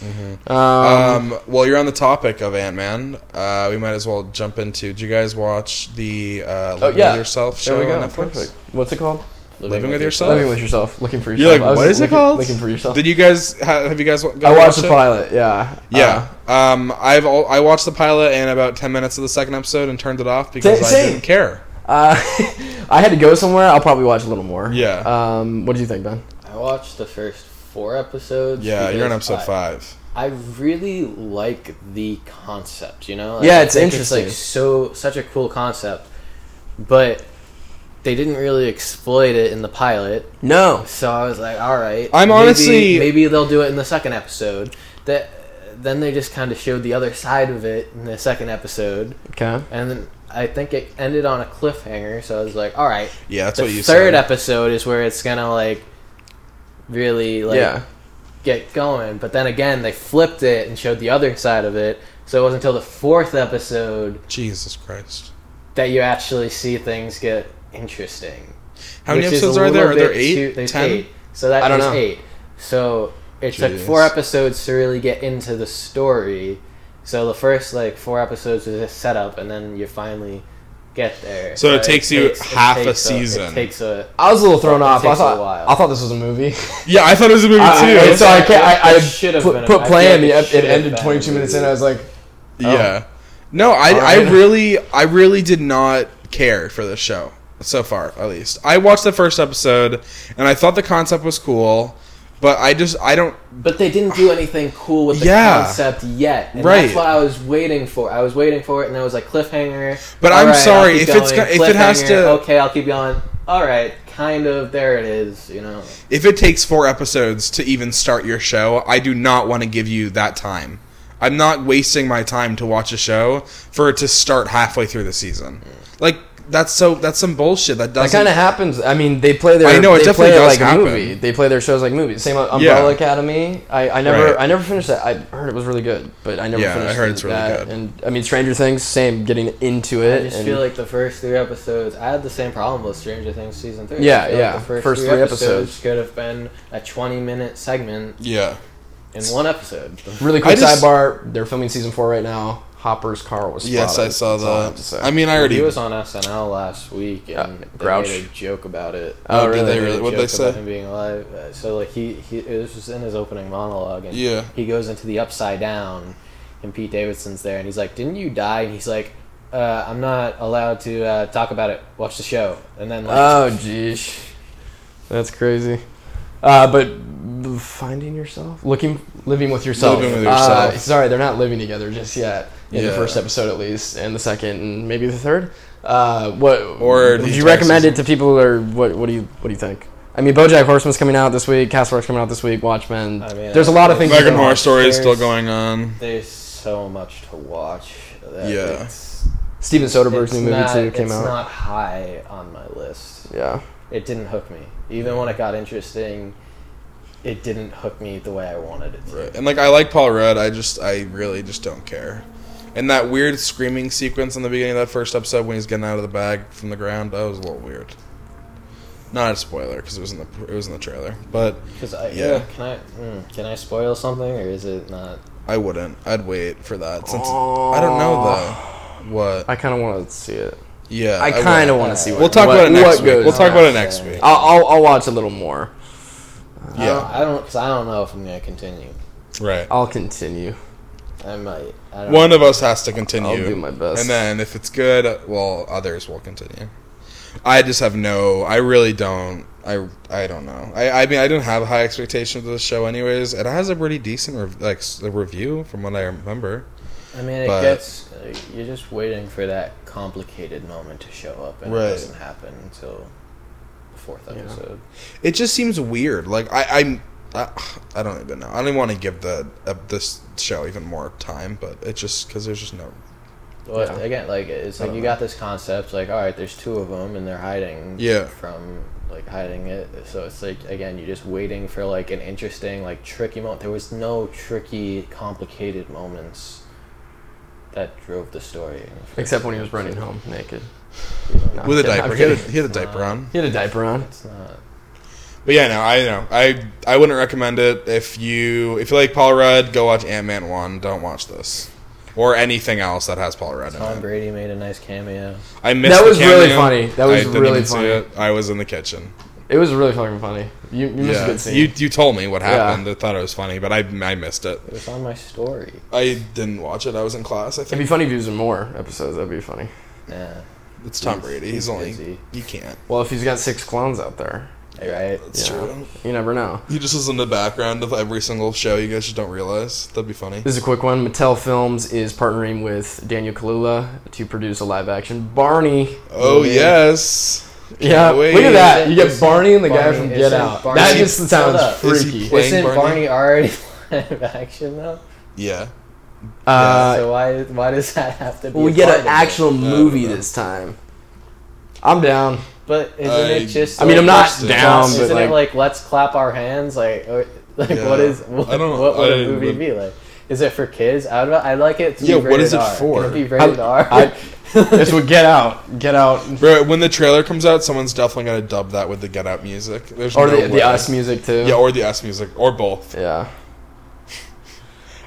S2: Mm-hmm.
S3: Um, well, you're on the topic of Ant Man. Uh, we might as well jump into. Did you guys watch the uh, Live
S2: yeah.
S3: with Yourself show
S2: there we go.
S3: on Netflix?
S2: Perfect. What's it called?
S3: Living with yourself.
S2: Living with yourself, looking for
S3: You're
S2: yourself.
S3: like,
S2: I was
S3: what is it
S2: looking-
S3: called?
S2: Looking for yourself.
S3: Did you guys? ha- Have you guys? wa-
S2: I watched
S3: watched
S2: the
S3: it?
S2: pilot. Yeah. Uh,
S3: Yeah. um, I've al- I watched the pilot and about ten minutes of the second episode and turned it off because I
S2: same.
S3: didn't care.
S2: uh, I had to go somewhere. I'll probably watch a little more.
S3: Yeah.
S2: Um, what did you think, Ben?
S4: I watched the first four episodes.
S3: Yeah, you're on
S4: because
S3: episode
S4: I-
S3: five.
S4: I really like the concept, you know?
S2: Yeah,
S4: I
S2: it's
S4: think
S2: interesting.
S4: like so such a cool concept. But they didn't really exploit it in the pilot.
S2: No.
S4: So I was like, all right.
S3: I'm
S4: maybe-
S3: honestly-
S4: maybe they'll do it in the second episode. That then they just kind of showed the other side of it in the second episode,
S2: Okay.
S4: and then I think it ended on a cliffhanger. So I was like, all right.
S3: Yeah, that's
S4: the
S3: what you
S4: third
S3: said.
S4: episode is where it's gonna like really like
S2: yeah.
S4: get going. But then again, they flipped it and showed the other side of it. So it wasn't until the fourth episode
S3: Jesus Christ.
S4: that you actually see things get interesting.
S3: How many
S4: which is
S3: episodes
S4: a
S3: are there?
S4: little
S3: Are there
S4: bit
S3: eight?
S4: too- there's
S3: ten?
S4: eight. So that
S2: I don't
S4: is
S2: know.
S4: eight. So it took
S3: Jeez.
S4: four episodes to really get into the story. So the first like four episodes was just setup, and then you finally get there.
S3: So it takes you half a
S4: takes
S3: season.
S4: it takes a
S2: I was a little thrown
S4: It
S2: off. I
S4: takes a
S2: thought
S4: while.
S2: I thought this was a movie.
S3: Yeah, I thought it was a movie
S2: I, I,
S3: too.
S2: and so I can't. I, I
S4: It should've
S2: put,
S4: been a-
S2: put
S4: I
S2: play
S4: feel
S2: and
S4: like
S2: the,
S4: it
S2: ep- it
S4: should've
S2: ended
S4: been a
S2: 22 minutes in. I was like,
S3: Yeah. No, I, I
S2: Alright.
S3: really I really did not care for this show so far, at least. I watched the first episode and I thought the concept was cool, but I just I don't
S4: But they didn't do anything cool with the
S3: Yeah.
S4: concept yet. And
S3: Right.
S4: That's what I was waiting for. I was waiting for it, and I was like cliffhanger.
S3: But
S4: all
S3: I'm
S4: right,
S3: sorry,
S4: I'll keep
S3: if it's
S4: going.
S3: go- if it has
S4: Cliffhanger,
S3: to-
S4: Okay, I'll keep going. All right, kind of. There it is. You know.
S3: if it takes 4 episodes to even start your show, I do not want to give you that time. I'm not wasting my time to watch a show for it to start halfway through the season. Like that's so that's some bullshit. That
S2: That
S3: doesn't.
S2: kind of happens. I mean, they play their.
S3: I know, it
S2: they
S3: definitely
S2: play
S3: does
S2: like
S3: happen.
S2: movie. They play their shows like movies. Same with
S3: Yeah.
S2: Umbrella Academy. I, I never
S3: Right.
S2: I never finished that. I heard it was really good, but I never
S3: Yeah, I
S2: finished.
S3: heard it's really
S2: that.
S3: good.
S2: And I mean, Stranger Things. Same, getting into it.
S4: I just
S2: and-
S4: feel like the first three episodes. I had the same problem with Stranger Things season three. I
S2: Yeah,
S4: feel
S2: yeah.
S4: Like the first,
S2: First
S4: three,
S2: three
S4: episodes,
S2: episodes.
S4: could have been a twenty-minute segment
S3: yeah.
S4: in one episode.
S2: really quick
S3: I just-
S2: sidebar. They're filming season four right now. Hopper's car was.
S3: Yes,
S2: spotted.
S3: I saw
S2: That's all I have to
S3: that.
S2: say.
S3: I, mean, I
S4: He
S3: already.
S4: was on SNL last week, and
S2: Yeah,
S4: they
S2: Uh, Grouch.
S4: made a joke about it.
S2: Oh,
S3: did
S2: really?
S3: they
S4: They made a
S3: really? What
S4: joke
S3: they say?
S4: about him being alive. Uh, So like he, he it was just in his opening monologue, and
S3: Yeah.
S4: he goes into the upside down, and Pete Davidson's there, and he's like, "Didn't you die?" And he's like, uh, "I'm not allowed to uh, talk about it. Watch the show." And then like,
S2: Oh, jeez, that's crazy. Uh, but finding yourself, looking, living with yourself.
S3: Living with
S2: Uh,
S3: yourself.
S2: sorry, they're not living together just yet. In the
S3: Yeah.
S2: first episode, at least, and the second, and maybe the third. Uh, what?
S3: Or
S2: would
S3: the
S2: you
S3: entire
S2: recommend
S3: season.
S2: it to people, or what? What do you? What do you think? I mean, BoJack Horseman's coming out this week. Castle Rock's coming out this week. Watchmen.
S4: I mean,
S2: There's a lot of things. you
S3: American
S2: can
S3: Horror
S2: watch.
S3: Story is still
S4: There's-
S3: going on.
S4: there's so much to watch. That
S3: Yeah.
S4: it's,
S2: Steven Soderbergh's
S4: it's
S2: new movie
S4: not,
S2: too came
S4: it's
S2: out.
S4: not high on my list.
S2: yeah.
S4: it didn't hook me. Even when it got interesting, it didn't hook me the way I wanted it to.
S3: Right. And like I like Paul Rudd, I just I really just don't care. And that weird screaming sequence in the beginning of that first episode when he's getting out of the bag from the ground, that was a little weird. Not a spoiler because it was in the it was in the trailer, but
S4: 'Cause I,
S3: Yeah.
S4: yeah. can I mm, can I spoil something or is it not?
S3: I wouldn't. I'd wait for that since I don't know though. What?
S2: I kind of want to see it.
S3: yeah,
S2: I kind of
S3: would.
S2: want to see. What,
S3: We'll talk
S2: what-
S3: about it
S2: what
S3: next week.
S2: goes
S3: We'll
S2: on.
S3: talk about it next week.
S2: I'll, I'll, I'll watch a little more.
S3: Yeah,
S4: I don't because I don't know if I'm gonna continue.
S3: right.
S2: I'll continue.
S4: I might. I don't
S3: One of us has to continue.
S2: I'll do my best.
S3: And then if it's good, well, others will continue. I just have no. I really don't. I I don't know. I I mean I didn't have high expectations of the show anyways. It has a pretty decent rev- like s- a review from what I remember.
S4: I mean, it
S3: but-
S4: gets. Uh, you're just waiting for that complicated moment to show up, and
S3: Right.
S4: it doesn't happen until the fourth episode.
S3: It just seems weird. Like I I'm. I, I don't even know. I don't even want to give the uh, this show even more time, but it's just because there's just no.
S4: Well,
S2: Yeah.
S4: again, like it's like
S3: don't
S4: you got this concept, like all right, there's two of them and they're hiding.
S3: Yeah.
S4: From like hiding it, so it's like again, you're just waiting for like an interesting, like tricky moment. There was no tricky, complicated moments that drove the story.
S2: Except when he was running home naked. No,
S3: With a
S2: I'm kidding,
S3: diaper,
S2: I'm
S3: he had a,
S2: kidding.
S3: he had a diaper on.
S2: He had a diaper on.
S4: It's not.
S3: But yeah, no, I know. I I wouldn't recommend it if you if you like Paul Rudd, go watch Ant Man one. Don't watch this or anything else that has Paul Rudd
S4: Tom
S3: in it.
S4: Brady made a nice cameo.
S3: I missed
S2: That
S3: the
S2: was really
S3: cameo.
S2: funny. That was
S3: I didn't
S2: really
S3: even see
S2: funny.
S3: it. I was in the kitchen.
S2: It was really fucking funny. You, you missed a good
S3: Yeah,
S2: scene.
S3: you you told me what
S2: Yeah.
S3: happened. I thought it was funny, but I I missed it.
S4: It was on my story.
S3: I didn't watch it. I was in class. I
S2: It'd be
S3: think
S2: funny if he was in more episodes. That'd be funny.
S4: Nah.
S3: it's Tom Brady. He's
S4: he's
S3: only
S4: busy.
S3: you can't.
S2: Well, if he's got six clones out there,
S4: Right.
S3: That's
S2: Yeah.
S3: true.
S2: you never know.
S3: He just is in the background of every single show. You guys just don't realize. That'd be funny.
S2: This is a quick one. Mattel Films is partnering with Daniel Kalula to produce a live-action Barney.
S3: Oh yes.
S2: yeah,
S3: wait.
S2: look at that. You get
S4: Isn't
S2: Barney and the guy
S4: Barney-
S2: from Get
S4: isn't
S2: Out.
S4: Barney-
S2: that just
S4: Hold
S2: sounds
S4: up.
S3: Is he
S2: freaky.
S3: playing
S4: Isn't
S3: Barney?
S4: Barney, already live action though?
S3: Yeah.
S2: uh,
S4: so why why does that have to be?
S2: Well, we
S4: a
S2: get
S4: part
S2: an
S4: of it?
S2: actual
S3: don't
S2: movie
S3: know.
S2: this time. I'm down.
S4: But isn't
S3: I-
S4: it just?
S2: I mean,
S4: like,
S2: I'm not
S3: Interesting.
S2: down,
S3: Well,
S4: Isn't
S2: but like,
S4: it like let's clap our hands? Like, or, like
S3: Yeah.
S4: what is what,
S3: I don't-
S4: what would
S3: I
S4: a movie
S3: would-
S4: be like? Is it for kids? I don't. know. I like it. To
S3: Yeah,
S4: Be
S3: what is
S4: rated
S3: it
S4: R.
S3: for?
S4: Can it be rated R?
S2: I- um, it's what Get Out, Get Out,
S3: Bro, when the trailer comes out, someone's definitely gonna dub that with the Get Out music. There's
S2: or
S3: no
S2: the,
S3: way.
S2: the Us music too.
S3: yeah, or the Us music, or both.
S2: yeah.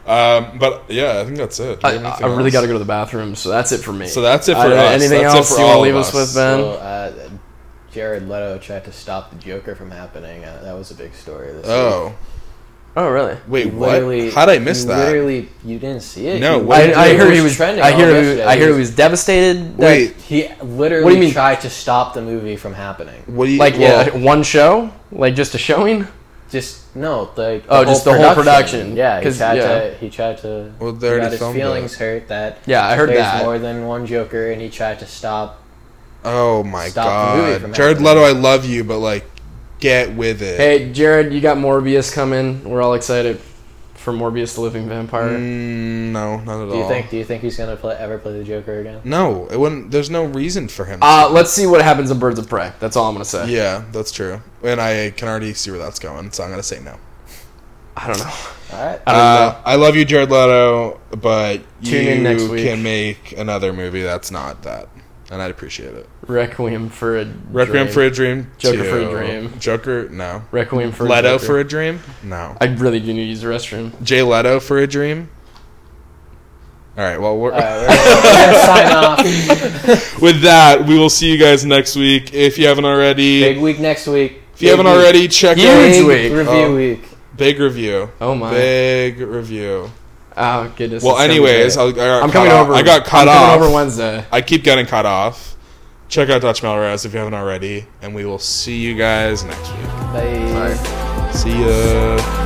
S3: Um, but yeah, I think that's it. Do
S2: I,
S3: you have anything
S2: I really
S3: else?
S2: got to go to the bathroom, so that's it for me.
S3: So that's it for
S2: I don't know,
S3: us.
S2: Anything
S3: That's it
S2: else
S3: for
S2: you want
S3: all
S2: to leave
S3: of
S2: us with,
S3: us.
S2: Ben?
S4: So, uh, Jared Leto tried to stop the Joker from happening. Uh, that was a big story. This week.
S3: Oh
S2: oh, really?
S3: wait,
S4: You
S3: what?
S4: literally-
S3: How did I miss
S4: you
S3: that?
S4: Literally, you didn't see it.
S3: No,
S4: You
S3: what
S2: I,
S3: did
S4: literally-
S2: I
S4: it
S2: hear he was.
S4: trending
S2: I
S4: all
S2: hear. He,
S4: yesterday.
S2: I hear he was devastated. that-
S3: Wait,
S4: He literally
S2: What do you mean?
S4: tried to stop the movie from happening.
S3: what do you
S2: like
S3: well,
S2: yeah, one show, like just a showing.
S4: Just no, like
S2: Oh, just the whole production.
S4: Yeah, he
S2: 'Cause-
S4: tried
S2: yeah.
S4: to. He tried to.
S3: Well, they
S4: he
S3: already
S4: got his
S3: filmed
S4: feelings
S3: it.
S4: hurt that.
S2: Yeah, I heard
S4: there's
S2: that.
S4: more than one Joker, and he tried to stop.
S3: Oh my
S4: Stop the movie from
S3: god, Jared
S4: happening.
S3: Leto, I love you, but like, get with it.
S2: Hey, Jared, you got Morbius coming. We're all excited for Morbius the Living Vampire?
S3: Mm, no, not at
S4: Do you
S2: Oh.
S3: all.
S4: think? Do you think he's gonna play, ever play the Joker again?
S3: No, it wouldn't. There's no reason for him. to.
S2: Uh, let's see what happens in Birds of Prey. That's all I'm gonna say.
S3: yeah, that's true. And I can already see where that's going, so I'm gonna say no.
S2: I don't know.
S4: All right.
S2: I don't
S3: Uh, I love you, Jared Leto, but
S2: Tune
S3: you
S2: in next week.
S3: can make another movie that's not that, and I'd appreciate it.
S2: know. Requiem for a
S3: Requiem
S2: Dream.
S3: for a Dream.
S2: Joker for a
S3: 2.
S2: Dream.
S3: Joker, no.
S2: Requiem for a
S3: Leto
S2: Joker.
S3: for a Dream, no.
S2: I really do need to use the restroom.
S3: Jay Leto for a Dream. All right. Well, we're,
S4: All
S2: Uh,
S4: right, we're gonna- we're gonna sign off.
S3: with that, we will see you guys next week. If you haven't already,
S4: Big week next week.
S3: if you haven't already, check
S2: Huge
S3: out
S2: week.
S4: Review
S3: Oh.
S4: week.
S3: big review.
S2: Oh my.
S3: Big review.
S2: Oh goodness.
S3: Well,
S2: it's gonna be
S3: anyways,
S2: great.
S3: I'll, I got
S2: I'm
S3: caught
S2: coming
S3: off-
S2: over.
S3: I got
S2: I'm
S3: cut off.
S2: Coming over Wednesday.
S3: I keep getting cut off. Check out Dutch Melrose if you haven't already, and we will see you guys next week.
S4: Bye.
S2: Bye.
S3: See ya.